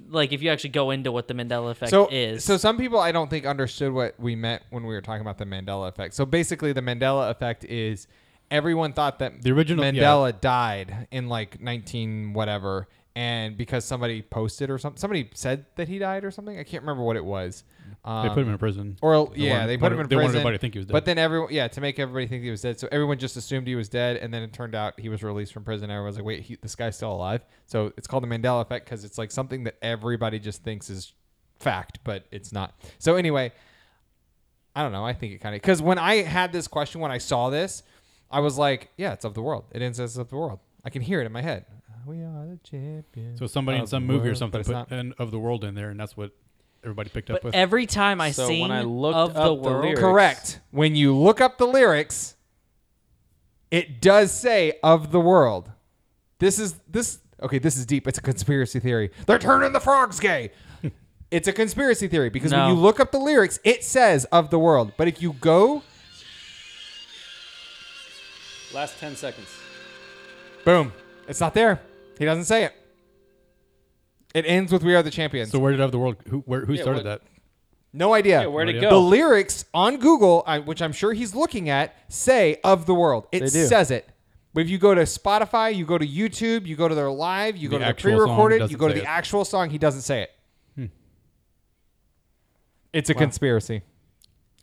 Speaker 1: like if you actually go into what the Mandela effect
Speaker 4: so
Speaker 1: is.
Speaker 4: so some people I don't think understood what we meant when we were talking about the Mandela effect. So basically, the Mandela effect is everyone thought that
Speaker 3: The original- yeah.
Speaker 4: Mandela died in like 19 whatever, and because somebody posted or something, somebody said that he died or something. I can't remember what it was. Um,
Speaker 3: They put him in prison.
Speaker 4: Or
Speaker 3: They
Speaker 4: yeah,
Speaker 3: wanted-
Speaker 4: they put him
Speaker 3: wanted-
Speaker 4: in
Speaker 3: they wanted
Speaker 4: prison.
Speaker 3: everybody to think he was dead.
Speaker 4: But then everyone, yeah, to make everybody think he was dead. So everyone just assumed he was dead, and then it turned out he was released from prison. Everyone's like, wait, he, this guy's still alive. So it's called the Mandela effect because it's like something that everybody just thinks is fact, but it's not. So anyway, I don't know. I think it kind of because when I had this question, when I saw this, I was like, yeah, it's of the world. It ends as of the world. I can hear it in my head. We are the champions.
Speaker 3: So somebody in
Speaker 4: of the
Speaker 3: some movie or
Speaker 4: world, but
Speaker 3: something
Speaker 4: it's
Speaker 3: put
Speaker 4: not.
Speaker 3: "End of the world" in there, and that's what everybody picked up
Speaker 1: but
Speaker 3: with.
Speaker 1: every time I
Speaker 2: So
Speaker 1: sing
Speaker 2: when I looked
Speaker 1: of
Speaker 2: up
Speaker 1: the
Speaker 2: the
Speaker 1: world,
Speaker 2: lyrics-
Speaker 4: Correct. When you look up the lyrics, it does say of the world. This is this okay, this is deep. It's a conspiracy theory. They're turning the frogs gay. it's a conspiracy theory because
Speaker 1: No.
Speaker 4: when you look up the lyrics, it says of the world. But if you go
Speaker 2: last ten seconds.
Speaker 4: boom, it's not there. He doesn't say it. It ends with we are the champions.
Speaker 3: so where did "Of the World"? Who where, who
Speaker 2: Yeah,
Speaker 3: started
Speaker 2: what-
Speaker 3: that?
Speaker 4: no idea.
Speaker 2: Yeah, where'd it
Speaker 3: The
Speaker 2: go?
Speaker 4: the lyrics on Google, I- which I'm sure he's looking at, say of the world. It
Speaker 2: They do.
Speaker 4: says it. But if you go to Spotify, you go to YouTube, you go to their live, you
Speaker 3: The
Speaker 4: go to the
Speaker 3: actual song
Speaker 4: pre-recorded, you
Speaker 3: doesn't
Speaker 4: go to
Speaker 3: say
Speaker 4: the
Speaker 3: it. Hmm.
Speaker 4: actual song, he doesn't say it. It's a conspiracy.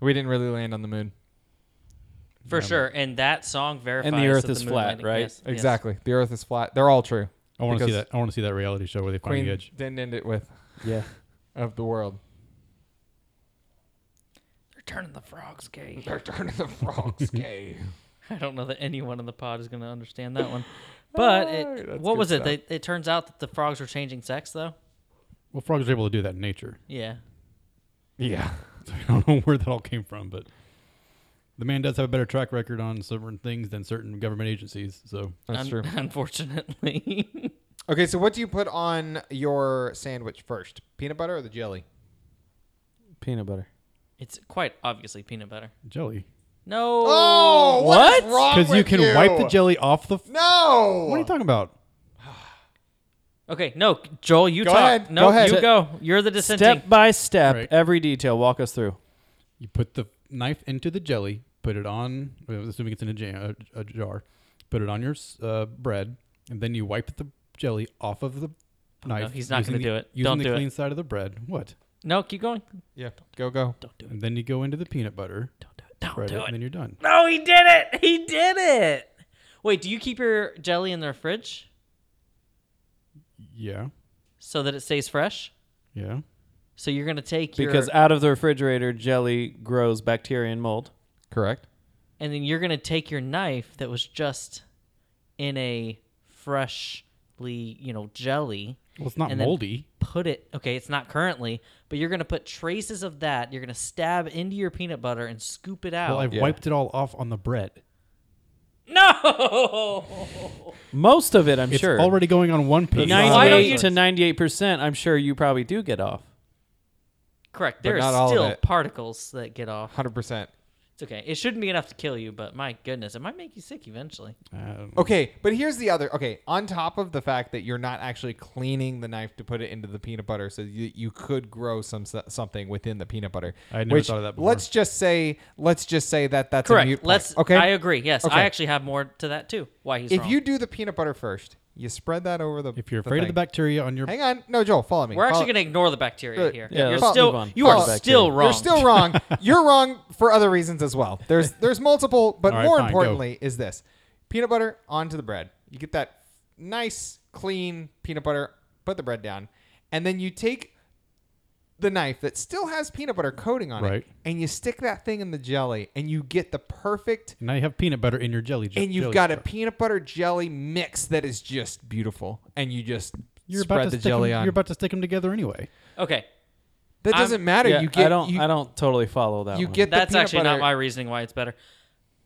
Speaker 4: We didn't really land on the moon.
Speaker 1: for sure, and that song verifies.
Speaker 2: And the Earth
Speaker 1: that
Speaker 2: is
Speaker 1: moon
Speaker 2: flat,
Speaker 1: landing-
Speaker 2: right?
Speaker 1: yes, yes.
Speaker 4: Exactly. The Earth is flat. They're all true.
Speaker 3: I want to see
Speaker 4: Because
Speaker 3: that. I want to see that reality show where they find
Speaker 4: Queen
Speaker 3: the edge.
Speaker 4: didn't end it with
Speaker 2: Yeah.
Speaker 4: of the world.
Speaker 1: They're turning the frogs gay.
Speaker 4: They're turning the frogs gay.
Speaker 1: I don't know that anyone in the pod is going to understand that one. But
Speaker 4: Alright,
Speaker 1: it,
Speaker 4: that's
Speaker 1: what
Speaker 4: good
Speaker 1: was it?
Speaker 4: stuff.
Speaker 1: They, it turns out that the frogs were changing sex, though.
Speaker 3: Well, frogs are able to do that in nature.
Speaker 1: Yeah.
Speaker 4: Yeah.
Speaker 3: So I don't know where that all came from, but the man does have a better track record on certain things than certain government agencies. So
Speaker 4: That's
Speaker 1: Un-
Speaker 4: true.
Speaker 1: Unfortunately.
Speaker 4: Okay, so what do you put on your sandwich first? Peanut butter or the jelly?
Speaker 2: Peanut butter.
Speaker 1: it's quite obviously peanut butter.
Speaker 3: jelly,
Speaker 1: No.
Speaker 4: Oh, what? is wrong
Speaker 3: because you
Speaker 4: with
Speaker 3: can wipe the jelly off the. F-
Speaker 4: No.
Speaker 3: What are you talking about?
Speaker 1: Okay, no, Joel, you
Speaker 4: Go
Speaker 1: talk.
Speaker 4: ahead,
Speaker 1: No,
Speaker 4: go ahead.
Speaker 1: you go. You're the dissenting.
Speaker 2: Step by step,
Speaker 3: Right.
Speaker 2: every detail. Walk us through.
Speaker 3: You put the knife into the jelly, put it on, well, assuming it's in a, jam, a, a jar, put it on your s- uh, bread, and then you wipe the jelly off of the knife.
Speaker 1: Oh, he's not
Speaker 3: using
Speaker 1: gonna
Speaker 3: the-
Speaker 1: do it.
Speaker 3: Using
Speaker 1: Don't
Speaker 3: the
Speaker 1: do it.
Speaker 3: clean side of the bread. What?
Speaker 1: No, keep going.
Speaker 4: Yeah, go go.
Speaker 1: Don't do it.
Speaker 3: And then you go into the peanut butter,
Speaker 1: Don't do it. Don't
Speaker 3: spread
Speaker 1: do
Speaker 3: it, and
Speaker 1: it.
Speaker 3: then you're done.
Speaker 1: No, he did it. He did it. Wait, do you keep your jelly in the fridge
Speaker 3: Yeah,
Speaker 1: so that it stays fresh?
Speaker 3: yeah.
Speaker 1: So you're gonna take
Speaker 2: Because
Speaker 1: your
Speaker 2: out of the refrigerator, jelly grows bacteria and mold.
Speaker 4: Correct.
Speaker 1: and then you're gonna take your knife that was just in a freshly, you know, jelly.
Speaker 3: Well, it's not
Speaker 1: And then-
Speaker 3: moldy.
Speaker 1: put it okay it's not currently but you're gonna put traces of that you're gonna stab into your peanut butter and scoop it out
Speaker 3: Well, I've
Speaker 2: yeah.
Speaker 3: wiped it all off on the bread.
Speaker 1: no
Speaker 2: Most of it, I'm
Speaker 3: It's
Speaker 2: sure.
Speaker 3: already going on one
Speaker 2: The
Speaker 3: piece. Uh,
Speaker 1: not- Why don't you-
Speaker 2: 98 to 98 percent, I'm sure you probably do get off.
Speaker 1: correct there
Speaker 4: not all
Speaker 1: are
Speaker 4: of
Speaker 1: still
Speaker 4: it.
Speaker 1: particles that get off
Speaker 4: Hundred percent.
Speaker 1: It's okay. It shouldn't be enough to kill you, but my goodness, it might make you sick eventually.
Speaker 3: I don't know.
Speaker 4: Okay, but here's the other. Okay, on top of the fact that you're not actually cleaning the knife to put it into the peanut butter, so you, you could grow some something within the peanut butter.
Speaker 3: I had never thought of that before.
Speaker 4: Let's just say, let's just say that that's A mute
Speaker 1: Correct.
Speaker 4: point.
Speaker 1: Let's.
Speaker 4: Okay.
Speaker 1: I agree. Yes,
Speaker 4: Okay.
Speaker 1: I actually have more to that too. Why he's
Speaker 4: if
Speaker 1: wrong.
Speaker 4: you do the peanut butter first, you spread that over the.
Speaker 3: If you're afraid of the bacteria on your
Speaker 4: thing. hang on. No, Joel, follow me.
Speaker 1: We're
Speaker 4: Follow-
Speaker 1: actually going to ignore the bacteria
Speaker 4: Good.
Speaker 1: here.
Speaker 2: Yeah,
Speaker 1: you're
Speaker 2: let's
Speaker 1: still.
Speaker 2: move on.
Speaker 1: You
Speaker 2: Fuck
Speaker 1: are
Speaker 2: the bacteria.
Speaker 1: still wrong.
Speaker 4: You're still wrong. You're wrong for other reasons as well. There's there's multiple, but
Speaker 3: All right,
Speaker 4: more
Speaker 3: fine, go.
Speaker 4: importantly is this: peanut butter onto the bread. You get that nice, clean peanut butter. Put the bread down, and then you take the knife that still has peanut butter coating on
Speaker 3: Right.
Speaker 4: it, and you stick that thing in the jelly, and you get the perfect.
Speaker 3: now you have peanut butter in your jelly.
Speaker 4: And you've got a peanut butter jelly mix that is just beautiful, and you just
Speaker 3: you're
Speaker 4: spread
Speaker 3: about to
Speaker 4: the
Speaker 3: stick
Speaker 4: jelly
Speaker 3: them,
Speaker 4: on.
Speaker 3: You're about to stick them together anyway.
Speaker 1: Okay,
Speaker 4: that
Speaker 1: I'm-
Speaker 4: doesn't matter.
Speaker 2: Yeah,
Speaker 4: you get
Speaker 2: I don't.
Speaker 4: you,
Speaker 2: I don't totally follow that.
Speaker 4: you
Speaker 2: one.
Speaker 4: get the
Speaker 1: that's
Speaker 4: peanut
Speaker 1: actually
Speaker 4: butter.
Speaker 1: not my reasoning why it's better.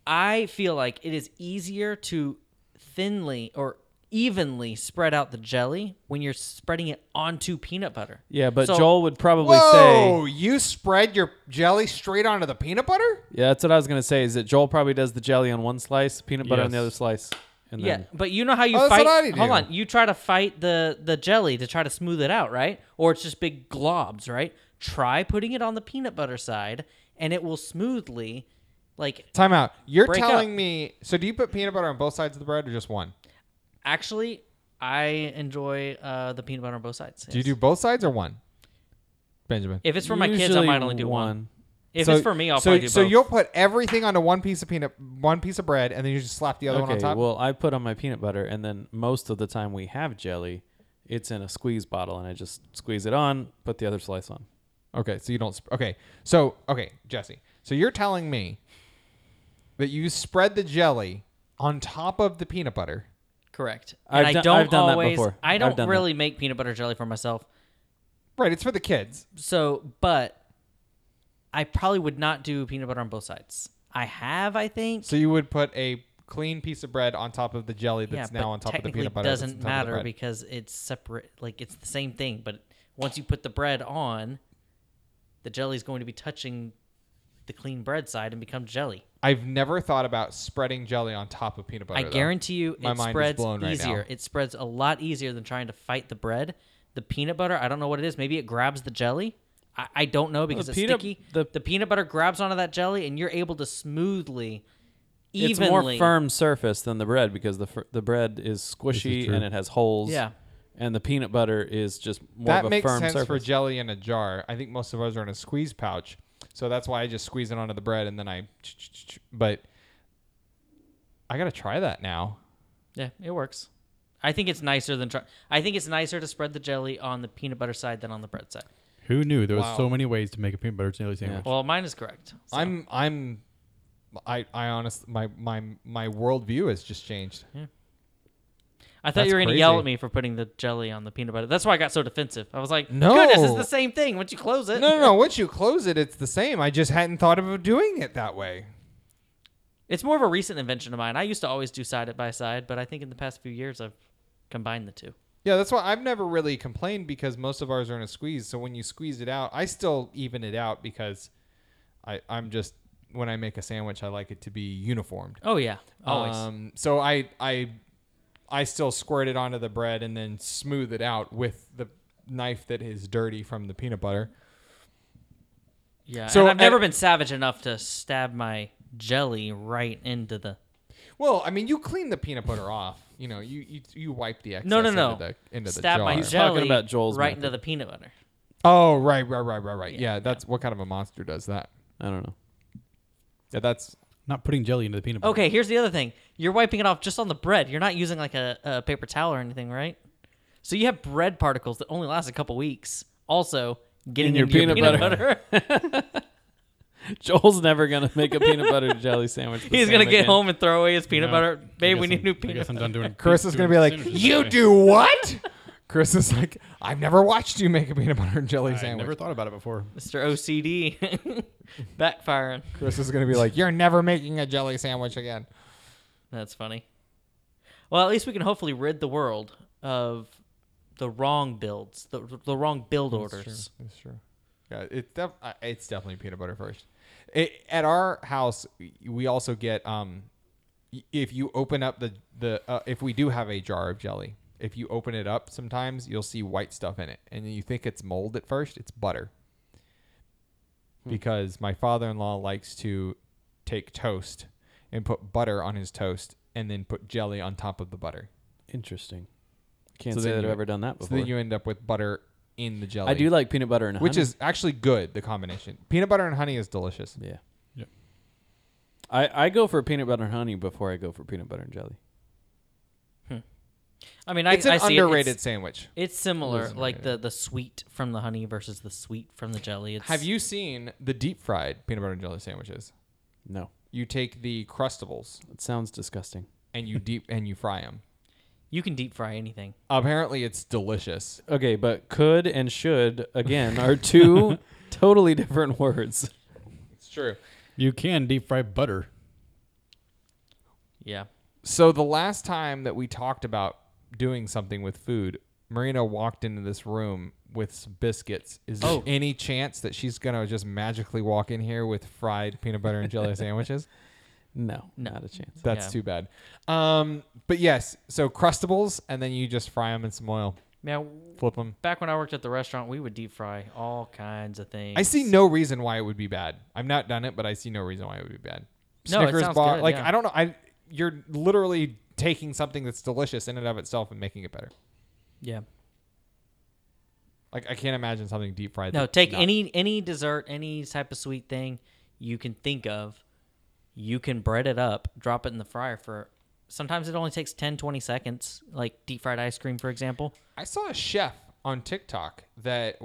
Speaker 1: I feel like it is easier to thinly or evenly spread out the jelly when you're spreading it onto peanut butter.
Speaker 2: Yeah, but
Speaker 1: So-
Speaker 2: Joel would probably
Speaker 4: Whoa!
Speaker 2: say.
Speaker 4: You spread your jelly straight onto the peanut butter?
Speaker 2: Yeah, that's what I was gonna say. Is that Joel probably does the jelly on one slice, peanut butter on the
Speaker 3: Yes.
Speaker 2: other slice, and
Speaker 1: Yeah,
Speaker 2: then
Speaker 1: but you know how you
Speaker 4: Oh, that's
Speaker 1: fight.
Speaker 4: what I do.
Speaker 1: Hold on, you try to fight the the jelly to try to smooth it out, right? Or it's just big globs, right? Try putting it on the peanut butter side, and it will smoothly, like
Speaker 4: Time out. You're
Speaker 1: Break
Speaker 4: telling
Speaker 1: up.
Speaker 4: me. So do you put peanut butter on both sides of the bread or just one?
Speaker 1: actually. I enjoy uh, the peanut butter on both sides.
Speaker 4: Do you do both sides or one? Benjamin.
Speaker 1: If it's for my kids, I
Speaker 2: usually
Speaker 1: might only do one. If
Speaker 4: So-
Speaker 1: it's for me, I'll
Speaker 4: so,
Speaker 1: probably do
Speaker 4: So
Speaker 1: both.
Speaker 4: you'll put everything onto one piece of peanut, one piece of bread, and then you just slap the other one on
Speaker 2: Okay,
Speaker 4: top.
Speaker 2: well, I put on my peanut butter, and then most of the time we have jelly. It's in a squeeze bottle, and I just squeeze it on, put the other slice on.
Speaker 4: okay, so you don't. Sp- okay, so okay, Jesse. So you're telling me that you spread the jelly on top of the peanut butter.
Speaker 1: Correct.
Speaker 2: I've
Speaker 1: And I
Speaker 2: done-
Speaker 1: don't
Speaker 2: I've done that
Speaker 1: always.
Speaker 2: before.
Speaker 1: I
Speaker 2: I've
Speaker 1: don't
Speaker 2: done that.
Speaker 1: really make peanut butter jelly for myself.
Speaker 4: Right, it's for the kids.
Speaker 1: So, but I probably would not do peanut butter on both sides. I have, I think.
Speaker 4: So you would put a clean piece of bread on top of the jelly
Speaker 1: yeah,
Speaker 4: that's
Speaker 1: but
Speaker 4: now on top of the
Speaker 1: technically
Speaker 4: peanut butter. that's on
Speaker 1: doesn't
Speaker 4: top of the
Speaker 1: matter
Speaker 4: bread.
Speaker 1: because it's separate. Like it's the same thing, but once you put the bread on, the jelly is going to be touching the clean bread side and become jelly.
Speaker 4: I've never thought about spreading jelly on top of peanut butter.
Speaker 1: I
Speaker 4: though.
Speaker 1: guarantee you,
Speaker 4: My
Speaker 1: it
Speaker 4: mind is
Speaker 1: spreads
Speaker 4: blown right
Speaker 1: easier.
Speaker 4: now.
Speaker 1: It spreads a lot easier than trying to fight the bread. The peanut butter, I don't know what it is. Maybe it grabs the jelly. I, I don't know because it's
Speaker 2: peanut-
Speaker 1: sticky. The,
Speaker 2: the-
Speaker 1: peanut butter grabs onto that jelly, and you're able to smoothly,
Speaker 2: It's
Speaker 1: evenly.
Speaker 2: more firm surface than the bread because the fir- the bread is squishy
Speaker 3: true.
Speaker 2: and it has holes.
Speaker 1: Yeah.
Speaker 2: and the peanut butter is just more
Speaker 4: that
Speaker 2: of a
Speaker 4: makes
Speaker 2: firm
Speaker 4: sense
Speaker 2: surface.
Speaker 4: for jelly in a jar. I think most of us are in a squeeze pouch, so that's why I just squeeze it onto the bread and then I. But I gotta try that now.
Speaker 1: Yeah, it works. I think it's nicer than try- I think it's nicer to spread the jelly on the peanut butter side than on the bread side.
Speaker 3: Who knew there was
Speaker 4: Wow.
Speaker 3: so many ways to make a peanut butter jelly sandwich?
Speaker 1: Well, mine is correct. So,
Speaker 4: I'm I'm, I I honest my my my worldview has just changed.
Speaker 1: I thought
Speaker 4: that's
Speaker 1: you were going to yell
Speaker 4: crazy.
Speaker 1: at me for putting the jelly on the peanut butter. That's why I got so defensive. I was like,
Speaker 4: No.
Speaker 1: goodness, it's the same thing. Once you close it,
Speaker 4: No, no, no. Once you close it, it's the same. I just hadn't thought of doing it that way.
Speaker 1: It's more of a recent invention of mine. I used to always do side by side, but I think in the past few years I've combined the two.
Speaker 4: Yeah, that's why I've never really complained because most of ours are in a squeeze. So when you squeeze it out, I still even it out because I, I'm just when I make a sandwich, I like it to be uniformed.
Speaker 1: Oh yeah, always.
Speaker 4: Um, so I I I still squirt it onto the bread and then smooth it out with the knife that is dirty from the peanut butter.
Speaker 1: yeah.
Speaker 4: so
Speaker 1: So I've never
Speaker 4: I-
Speaker 1: been savage enough to stab my jelly right into the.
Speaker 4: Well, I mean, you clean the peanut butter off. You know, you you, you wipe the excess
Speaker 1: No, no,
Speaker 4: into
Speaker 1: no.
Speaker 4: the into the
Speaker 1: stab my
Speaker 4: jar.
Speaker 1: jelly
Speaker 2: talking about Joel's
Speaker 1: right
Speaker 2: method.
Speaker 1: into the peanut butter.
Speaker 4: Oh, right, right, right, right, right. Yeah, that's what kind of a monster does that?
Speaker 2: I don't know.
Speaker 4: Yeah, that's
Speaker 3: Not putting jelly into the peanut butter.
Speaker 1: Okay, here's the other thing. You're wiping it off just on the bread. You're not using like a, a paper towel or anything, right? So you have bread particles that only last a couple weeks. Also, getting
Speaker 2: In your
Speaker 1: into your
Speaker 2: peanut
Speaker 1: peanut butter.
Speaker 2: Joel's never gonna make a peanut butter jelly sandwich. the
Speaker 1: He's
Speaker 2: same
Speaker 1: gonna get
Speaker 2: again.
Speaker 1: home and throw away his peanut
Speaker 3: No,
Speaker 1: butter. Babe, we
Speaker 3: guess
Speaker 1: need
Speaker 3: I'm-
Speaker 1: new
Speaker 3: I
Speaker 1: peanut
Speaker 3: guess I'm
Speaker 1: butter.
Speaker 3: done doing.
Speaker 4: Carissa's
Speaker 3: doing
Speaker 4: gonna be like,
Speaker 3: sandwiches this
Speaker 4: "You
Speaker 3: way."
Speaker 4: do what?" Carissa's like, "I've never watched you make a peanut butter and jelly
Speaker 3: I never
Speaker 4: sandwich."
Speaker 3: thought about it before.
Speaker 1: Mr. OCD, backfiring.
Speaker 4: Carissa's gonna be like, "You're never making a jelly sandwich again."
Speaker 1: That's funny. Well, at least we can hopefully rid the world of the wrong builds, the, the wrong build orders.
Speaker 4: That's true. Yeah, it def- I- it's definitely peanut butter first. It, at our house, we also get um, y- if you open up the the uh, if we do have a jar of jelly, if you open it up, sometimes you'll see white stuff in it, and you think it's mold at first. It's butter.
Speaker 2: Hmm.
Speaker 4: Because my father-in-law likes to take toast and put butter on his toast, and then put jelly on top of the butter.
Speaker 2: Interesting. Can't
Speaker 4: So
Speaker 2: say
Speaker 4: then
Speaker 2: that I've
Speaker 4: you-
Speaker 2: ever done that
Speaker 4: So
Speaker 2: before.
Speaker 4: then you end up with butter in the jelly.
Speaker 2: I do like peanut butter and
Speaker 4: which
Speaker 2: honey.
Speaker 4: is actually good. The combination peanut butter and honey is delicious.
Speaker 2: yeah.
Speaker 3: Yep.
Speaker 2: I I go for peanut butter and honey before I go for peanut butter and jelly.
Speaker 1: I mean, I,
Speaker 4: it's an
Speaker 1: I see it.
Speaker 4: underrated
Speaker 1: It's,
Speaker 4: sandwich.
Speaker 1: it's similar,
Speaker 4: It is
Speaker 1: like the the sweet from the honey versus the sweet from the jelly. It's,
Speaker 4: Have you seen the deep fried peanut butter and jelly sandwiches?
Speaker 2: No,
Speaker 4: You take the crustables
Speaker 2: it sounds disgusting.
Speaker 4: and you deep and you fry them.
Speaker 1: You can deep fry anything.
Speaker 4: Apparently, it's delicious.
Speaker 2: Okay, but could and should again are two totally different words.
Speaker 4: It's true.
Speaker 3: You can deep fry butter.
Speaker 1: Yeah.
Speaker 4: So the last time that we talked about doing something with food, Marina walked into this room with some biscuits. Is there
Speaker 1: Oh.
Speaker 4: any chance that she's gonna just magically walk in here with fried peanut butter and jelly sandwiches?
Speaker 2: No,
Speaker 1: No.
Speaker 2: not a chance.
Speaker 4: That's
Speaker 1: Yeah.
Speaker 4: too bad. Um, but yes, so crustables, and then you just fry them in some oil,
Speaker 1: Now,
Speaker 4: flip them.
Speaker 1: back when I worked at the restaurant, we would deep fry all kinds of things.
Speaker 4: I see no reason why it would be bad. I've not done it, but I see no reason why it would be bad.
Speaker 1: No, it sounds good,
Speaker 4: like
Speaker 1: yeah.
Speaker 4: I don't know. I you're literally taking something that's delicious in and of itself and making it better.
Speaker 1: Yeah.
Speaker 4: Like I can't imagine something deep fried.
Speaker 1: No,
Speaker 4: that's
Speaker 1: take
Speaker 4: not-
Speaker 1: any any dessert, any type of sweet thing you can think of. You can bread it up, drop it in the fryer for sometimes it only takes 10 20 seconds, like deep fried ice cream for example.
Speaker 4: I saw a chef on TikTok that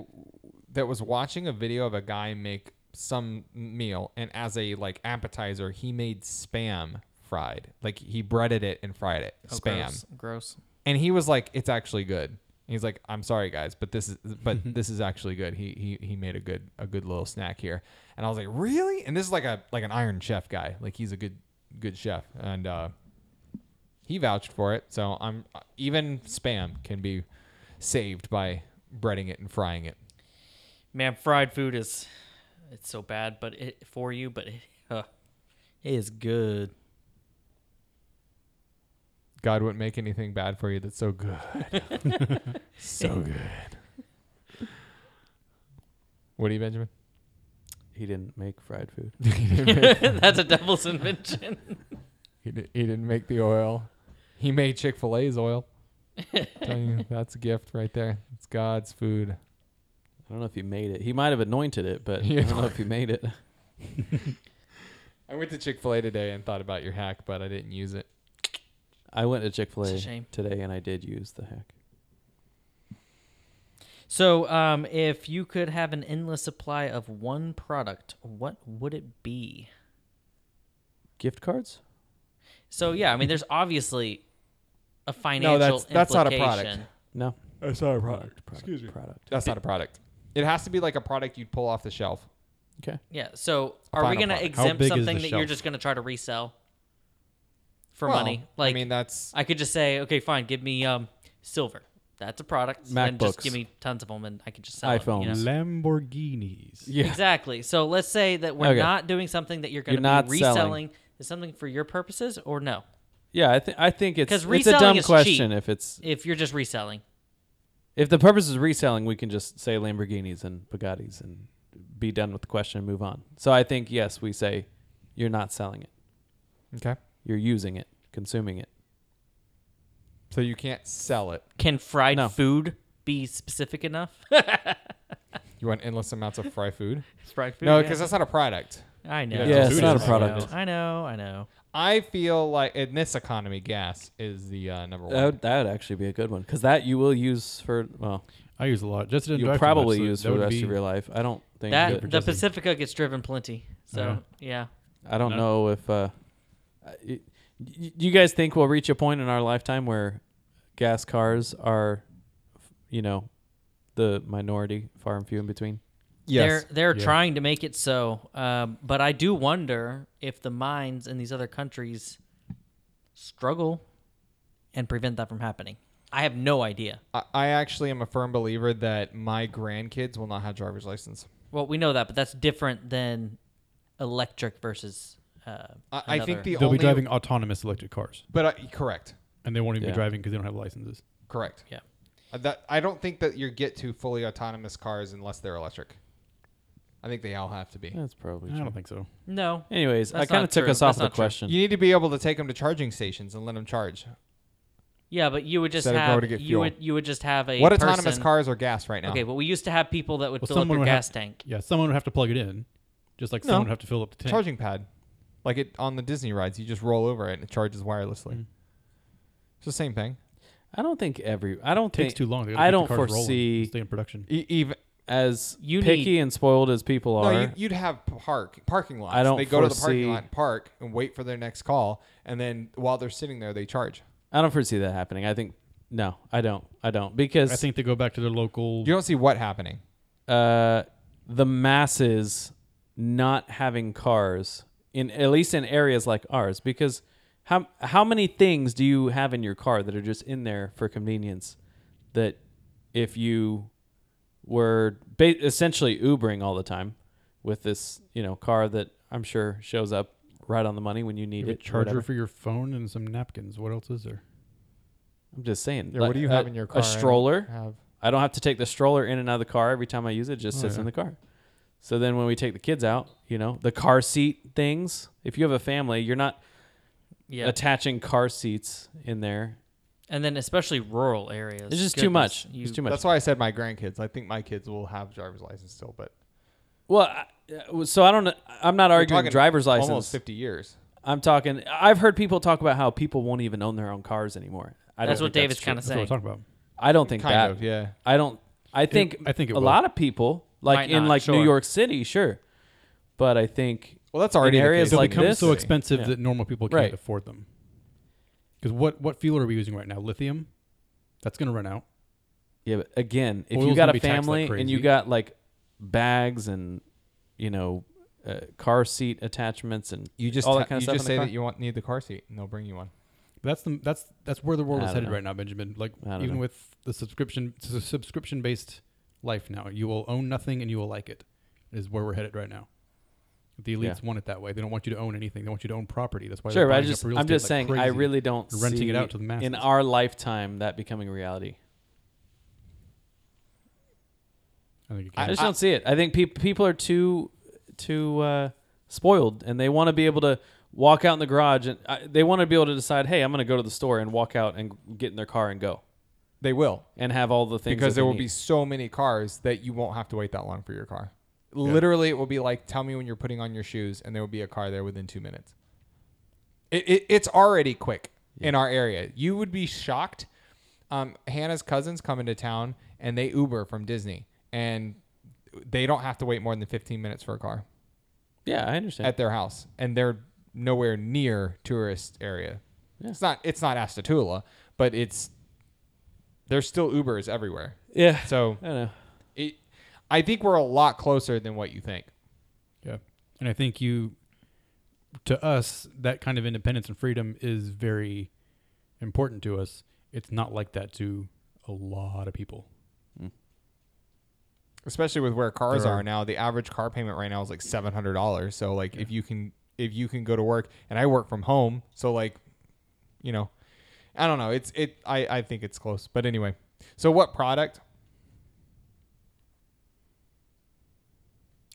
Speaker 4: that was watching a video of a guy make some meal, and as a like appetizer, he made spam fried. Like he breaded it and fried it.
Speaker 1: Oh,
Speaker 4: spam.
Speaker 1: Gross. gross.
Speaker 4: and he was like it's actually good he's like i'm sorry guys but this is but this is actually good he, he he made a good a good little snack here and i was like really and this is like a like an iron chef guy like he's a good good chef and uh he vouched for it so i'm even spam can be saved by breading it and frying it
Speaker 1: Man, fried food is it's so bad, but it for you, but it, uh, it is good.
Speaker 4: god wouldn't make anything bad for you that's so good so good what do you benjamin
Speaker 2: He didn't make fried food.
Speaker 1: That's a devil's invention.
Speaker 4: He, di- he didn't make the oil. He made Chick Fil A's oil. Telling you, that's a gift right there. It's God's food.
Speaker 2: I don't know if he made it. He might have anointed it, but I don't know if he made it.
Speaker 4: I went to Chick Fil A today and thought about your hack, but I didn't use it.
Speaker 2: I went to Chick Fil
Speaker 1: It's
Speaker 2: A
Speaker 1: a shame.
Speaker 2: today, and I did use the hack.
Speaker 1: So, um, if you could have an endless supply of one product, what would it be?
Speaker 2: Gift cards?
Speaker 1: So, yeah, I mean, there's obviously a financial
Speaker 4: No, that's- that's not a product.
Speaker 1: implication.
Speaker 2: No.
Speaker 4: That's not a
Speaker 2: Product. product Excuse me. Product.
Speaker 4: That's not a product. It has to be like a product you'd pull off the shelf.
Speaker 2: Okay.
Speaker 1: Yeah. So, are we
Speaker 4: final
Speaker 1: going to
Speaker 4: product.
Speaker 3: How
Speaker 1: exempt
Speaker 3: big is the
Speaker 1: something that you're
Speaker 3: shelf?
Speaker 1: just going to try to resell for
Speaker 4: Well,
Speaker 1: money? Like,
Speaker 4: I mean, that's
Speaker 1: I could just say, okay, fine, give me um, silver. That's a product. And just
Speaker 2: MacBooks.
Speaker 1: give me tons of them, and I could just sell 'em, you
Speaker 2: iPhones.
Speaker 1: know?
Speaker 3: Lamborghinis.
Speaker 2: Yeah.
Speaker 1: Exactly. So let's say that we're
Speaker 2: Okay.
Speaker 1: not doing something that you're going
Speaker 2: You're
Speaker 1: to
Speaker 2: not
Speaker 1: be
Speaker 2: selling.
Speaker 1: reselling. Is something for your purposes or no?
Speaker 2: Yeah, I think I think it's
Speaker 1: 'Cause
Speaker 2: it's a
Speaker 1: reselling
Speaker 2: dumb
Speaker 1: is
Speaker 2: question
Speaker 1: cheap.
Speaker 2: if it's
Speaker 1: If you're just reselling.
Speaker 2: if the purpose is reselling, we can just say Lamborghinis and Bugattis and be done with the question and move on. So I think yes, we say you're not selling it.
Speaker 4: okay.
Speaker 2: You're using it, consuming it.
Speaker 4: So you can't sell it.
Speaker 1: Can fried
Speaker 2: No.
Speaker 1: food be specific enough?
Speaker 4: You want endless amounts of fry food?
Speaker 1: fried food.
Speaker 4: no,
Speaker 1: yeah.
Speaker 4: because that's not a product.
Speaker 1: I know.
Speaker 4: Yeah,
Speaker 3: it's not a
Speaker 2: product.
Speaker 1: I know. I know.
Speaker 4: I feel like in this economy, gas is the uh, number one.
Speaker 2: That would, that would actually be a good one because that you will use for well,
Speaker 3: I use a lot. Just didn't
Speaker 2: you'll
Speaker 3: drive too much,
Speaker 2: probably
Speaker 3: so
Speaker 2: use
Speaker 3: that
Speaker 2: for the
Speaker 3: would
Speaker 2: rest
Speaker 3: be-
Speaker 2: of your life. I don't think
Speaker 1: That
Speaker 2: that,
Speaker 1: the Pacifica gets driven plenty. So yeah.
Speaker 2: I don't
Speaker 3: No.
Speaker 2: know if uh, I- y- y- you guys think we'll reach a point in our lifetime where gas cars are, you know, the minority, far and few in between.
Speaker 4: yes.
Speaker 1: They're they're
Speaker 3: Yeah.
Speaker 1: trying to make it so, um, but I do wonder if the mines in these other countries struggle and prevent that from happening. I have no idea.
Speaker 4: I, I actually am a firm believer that my grandkids will not have driver's license.
Speaker 1: Well, we know that, but that's different than electric versus. Uh,
Speaker 4: I, I think
Speaker 1: another-
Speaker 4: the
Speaker 3: They'll
Speaker 4: only
Speaker 3: be driving autonomous electric cars,
Speaker 4: but I, correct,
Speaker 3: and they won't even
Speaker 2: Yeah.
Speaker 3: be driving because they don't have licenses.
Speaker 4: correct.
Speaker 1: Yeah.
Speaker 4: Uh, That I don't think that you get to fully autonomous cars unless they're electric. I think they all have to be.
Speaker 2: That's probably
Speaker 3: I
Speaker 2: true.
Speaker 3: don't think so.
Speaker 1: No.
Speaker 2: Anyways, I
Speaker 1: That's
Speaker 2: kind of
Speaker 1: not
Speaker 2: took
Speaker 1: true.
Speaker 2: us off
Speaker 1: That's
Speaker 2: the
Speaker 1: not true.
Speaker 2: question.
Speaker 4: You need to be able to take them to charging stations and let them charge.
Speaker 1: Yeah, but you would just
Speaker 4: Instead of
Speaker 1: have
Speaker 4: going to get
Speaker 1: you
Speaker 4: fuel.
Speaker 1: would you would just have a
Speaker 4: What autonomous
Speaker 1: person-
Speaker 4: cars are gas right now?
Speaker 1: Okay, but we used to have people that would
Speaker 3: Well,
Speaker 1: fill up
Speaker 3: someone
Speaker 1: your
Speaker 3: would have-
Speaker 1: gas tank.
Speaker 3: Yeah, someone would have to plug it in, just like
Speaker 4: No.
Speaker 3: someone would have to fill up the tank.
Speaker 4: charging pad, like it on the Disney rides. You just roll over it and it charges wirelessly.
Speaker 3: Mm.
Speaker 4: It's the same thing.
Speaker 2: I don't think every. I don't
Speaker 3: takes
Speaker 2: think
Speaker 3: too long. They gotta
Speaker 2: I
Speaker 3: keep the
Speaker 2: don't
Speaker 3: cars rolling and
Speaker 2: foresee
Speaker 3: stay in production.
Speaker 4: E- even
Speaker 2: as
Speaker 1: You
Speaker 2: picky
Speaker 1: need-
Speaker 2: and spoiled as people
Speaker 4: no,
Speaker 2: are.
Speaker 4: you, you'd have park parking lots.
Speaker 2: I don't
Speaker 4: They go to the
Speaker 2: foresee-
Speaker 4: parking lot, and park, and wait for their next call, and then while they're sitting there, they charge.
Speaker 2: I don't foresee that happening. I think no, I don't. I don't because
Speaker 3: I think they go back to their local.
Speaker 4: You don't see what happening.
Speaker 2: uh, the masses not having cars in at least in areas like ours because how how many things do you have in your car that are just in there for convenience that if you were ba- essentially Ubering all the time with this you know car that I'm sure shows up right on the money when you
Speaker 3: you have
Speaker 2: need
Speaker 3: a
Speaker 2: it or
Speaker 3: charger
Speaker 2: whatever.
Speaker 3: for your phone and some napkins. What else is there?
Speaker 2: I'm just saying
Speaker 4: Yeah, what do you
Speaker 2: a-
Speaker 4: have in your car? I
Speaker 2: a
Speaker 4: don't
Speaker 2: stroller
Speaker 4: Have
Speaker 2: I don't have to take the stroller in and out of the car every time I use it. it just
Speaker 3: Oh,
Speaker 2: sits
Speaker 3: yeah.
Speaker 2: in the car. So then when we take the kids out, you know, the car seat things. If you have a family, you're not
Speaker 1: Yeah,
Speaker 2: attaching car seats in there.
Speaker 1: and then especially rural areas.
Speaker 2: It's just too
Speaker 1: Goodness,
Speaker 2: much.
Speaker 1: you-
Speaker 2: it's too much.
Speaker 4: That's why I said my grandkids. I think my kids will have driver's license still, but
Speaker 2: well, I, uh, so I don't. I'm not
Speaker 4: we're
Speaker 2: arguing
Speaker 4: talking
Speaker 2: driver's license.
Speaker 4: Almost fifty years.
Speaker 2: I'm talking. I've heard people talk about how people won't even own their own cars anymore. I don't
Speaker 1: That's
Speaker 2: think
Speaker 1: what David's
Speaker 2: true.
Speaker 1: kind of
Speaker 3: That's what we're
Speaker 1: saying.
Speaker 3: talking about.
Speaker 2: I don't think
Speaker 4: kind
Speaker 2: that.
Speaker 4: of, yeah.
Speaker 2: I don't. I think.
Speaker 3: I think it
Speaker 2: a
Speaker 3: will.
Speaker 2: lot of people, like
Speaker 1: Might
Speaker 2: in
Speaker 1: not,
Speaker 2: like New
Speaker 1: sure.
Speaker 2: York City, sure, but I think
Speaker 4: Well, that's already the
Speaker 2: areas
Speaker 4: case.
Speaker 2: like
Speaker 3: Become
Speaker 2: this-
Speaker 3: so expensive
Speaker 2: Yeah.
Speaker 3: that normal people can't
Speaker 2: Right.
Speaker 3: afford them. Because what what fuel are we using right now? Lithium. That's going to run out.
Speaker 2: Yeah, but again, if you
Speaker 3: Oil's
Speaker 2: got
Speaker 3: gonna
Speaker 2: a
Speaker 3: be taxed like
Speaker 2: family and you
Speaker 3: crazy.
Speaker 2: got like bags and you know uh, car seat attachments and
Speaker 4: You just
Speaker 2: all
Speaker 4: ta-
Speaker 2: that kind of
Speaker 4: you
Speaker 2: stuff
Speaker 4: just
Speaker 2: in the
Speaker 4: say
Speaker 2: car?
Speaker 4: that you want need the car seat, and they'll bring you one.
Speaker 3: That's the that's that's where the world
Speaker 2: I
Speaker 3: is
Speaker 2: don't
Speaker 3: headed
Speaker 2: know.
Speaker 3: right now, Benjamin. Like
Speaker 2: I don't
Speaker 3: even
Speaker 2: know.
Speaker 3: with the subscription subscription based life now, you will own nothing and you will like it. Is where we're headed right now. The elites
Speaker 2: Yeah.
Speaker 3: want it that way. They don't want you to own anything. They want you to own property. That's why
Speaker 2: sure.
Speaker 3: They're
Speaker 2: But I
Speaker 3: buying up
Speaker 2: just
Speaker 3: real
Speaker 2: I'm
Speaker 3: estate
Speaker 2: just
Speaker 3: like
Speaker 2: saying I
Speaker 3: crazy.
Speaker 2: really don't
Speaker 3: renting it
Speaker 2: see
Speaker 3: out to the masses.
Speaker 2: in our lifetime that becoming reality.
Speaker 3: I think it
Speaker 2: I,
Speaker 3: can.
Speaker 2: just
Speaker 4: I-
Speaker 2: don't see it. I think peop people are too too uh, spoiled and they want to be able to walk out in the garage and uh, they want to be able to decide, hey, I'm going to go to the store and walk out and get in their car and go
Speaker 4: They will
Speaker 2: and have all the things
Speaker 4: because
Speaker 2: that
Speaker 4: there
Speaker 2: they
Speaker 4: will
Speaker 2: need.
Speaker 4: be so many cars that you won't have to wait that long for your car. Literally, it will be like, tell me when you're putting on your shoes, and there will be a car there within two minutes. It, it it's already quick in our area. You would be shocked. Um, Hannah's cousins come into town and they Uber from Disney, and they don't have to wait more than 15 minutes for a car
Speaker 2: yeah, I understand.
Speaker 4: at their house, and they're nowhere near tourist area.
Speaker 2: Yeah.
Speaker 4: It's not it's not Astatula, but it's there's still Ubers everywhere.
Speaker 2: yeah.
Speaker 4: So
Speaker 2: I don't know.
Speaker 4: it, I think we're a lot closer than what you think.
Speaker 3: Yeah. And I think you, to us, that kind of independence and freedom is very important to us. It's not like that to a lot of people.
Speaker 4: Especially with where cars
Speaker 3: There
Speaker 4: are.
Speaker 3: are-
Speaker 4: now, the average car payment right now is like seven hundred dollars. So like, if you can, if you can go to work, and I work from home, so like, you know, I don't know. It's it. I I think it's close. But anyway, so what product?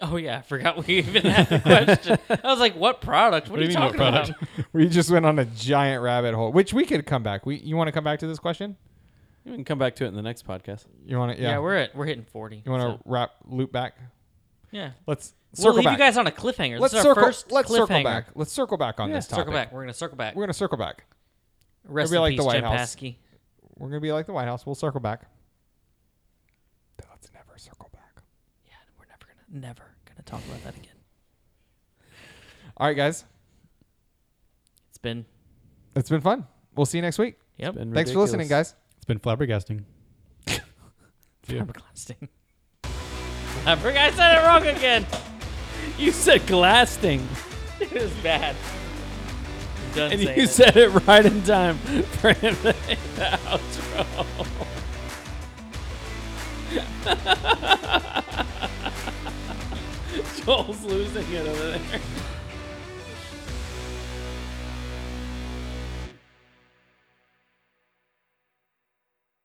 Speaker 1: Oh yeah, I forgot we even had the question. I was like, "What product? What, are you, talking about?"
Speaker 4: We just went on a giant rabbit hole, which we could come back. We you want to come back to this question?
Speaker 2: We can come back to it in the next podcast.
Speaker 4: You want to?
Speaker 1: Yeah.
Speaker 4: Yeah.
Speaker 1: we're at we're hitting forty.
Speaker 4: you want to
Speaker 1: so,
Speaker 4: wrap loop back?
Speaker 1: yeah,
Speaker 4: Let's
Speaker 1: we'll
Speaker 4: circle
Speaker 1: leave
Speaker 4: back.
Speaker 1: you guys on a cliffhanger.
Speaker 4: let's
Speaker 1: this is our
Speaker 4: circle.
Speaker 1: first
Speaker 4: let's
Speaker 1: cliffhanger.
Speaker 4: circle back. Let's circle back on
Speaker 2: Yeah.
Speaker 4: this topic.
Speaker 1: Circle back. We're gonna circle back.
Speaker 4: We're gonna circle back.
Speaker 1: Rest
Speaker 4: be
Speaker 1: in
Speaker 4: like the
Speaker 1: peace,
Speaker 4: White
Speaker 1: Jim
Speaker 4: House.
Speaker 1: Paskey.
Speaker 4: We're gonna be like the White House. We'll circle back. Let's never circle back.
Speaker 1: Yeah, we're never gonna never gonna talk about that again.
Speaker 4: All right, guys.
Speaker 1: It's been
Speaker 4: It's been fun. We'll see you next week.
Speaker 1: yep.
Speaker 2: Been
Speaker 4: Thanks for listening,
Speaker 2: ridiculous.
Speaker 4: guys.
Speaker 3: It's been flabbergasting. Yeah.
Speaker 1: Flabbergasting. I forgot I said it wrong again.
Speaker 2: You said glass thing,
Speaker 1: It was bad. I'm done
Speaker 2: and
Speaker 1: saying
Speaker 2: you
Speaker 1: it.
Speaker 2: said it right in time for him to hit the outro. Joel's losing it over there.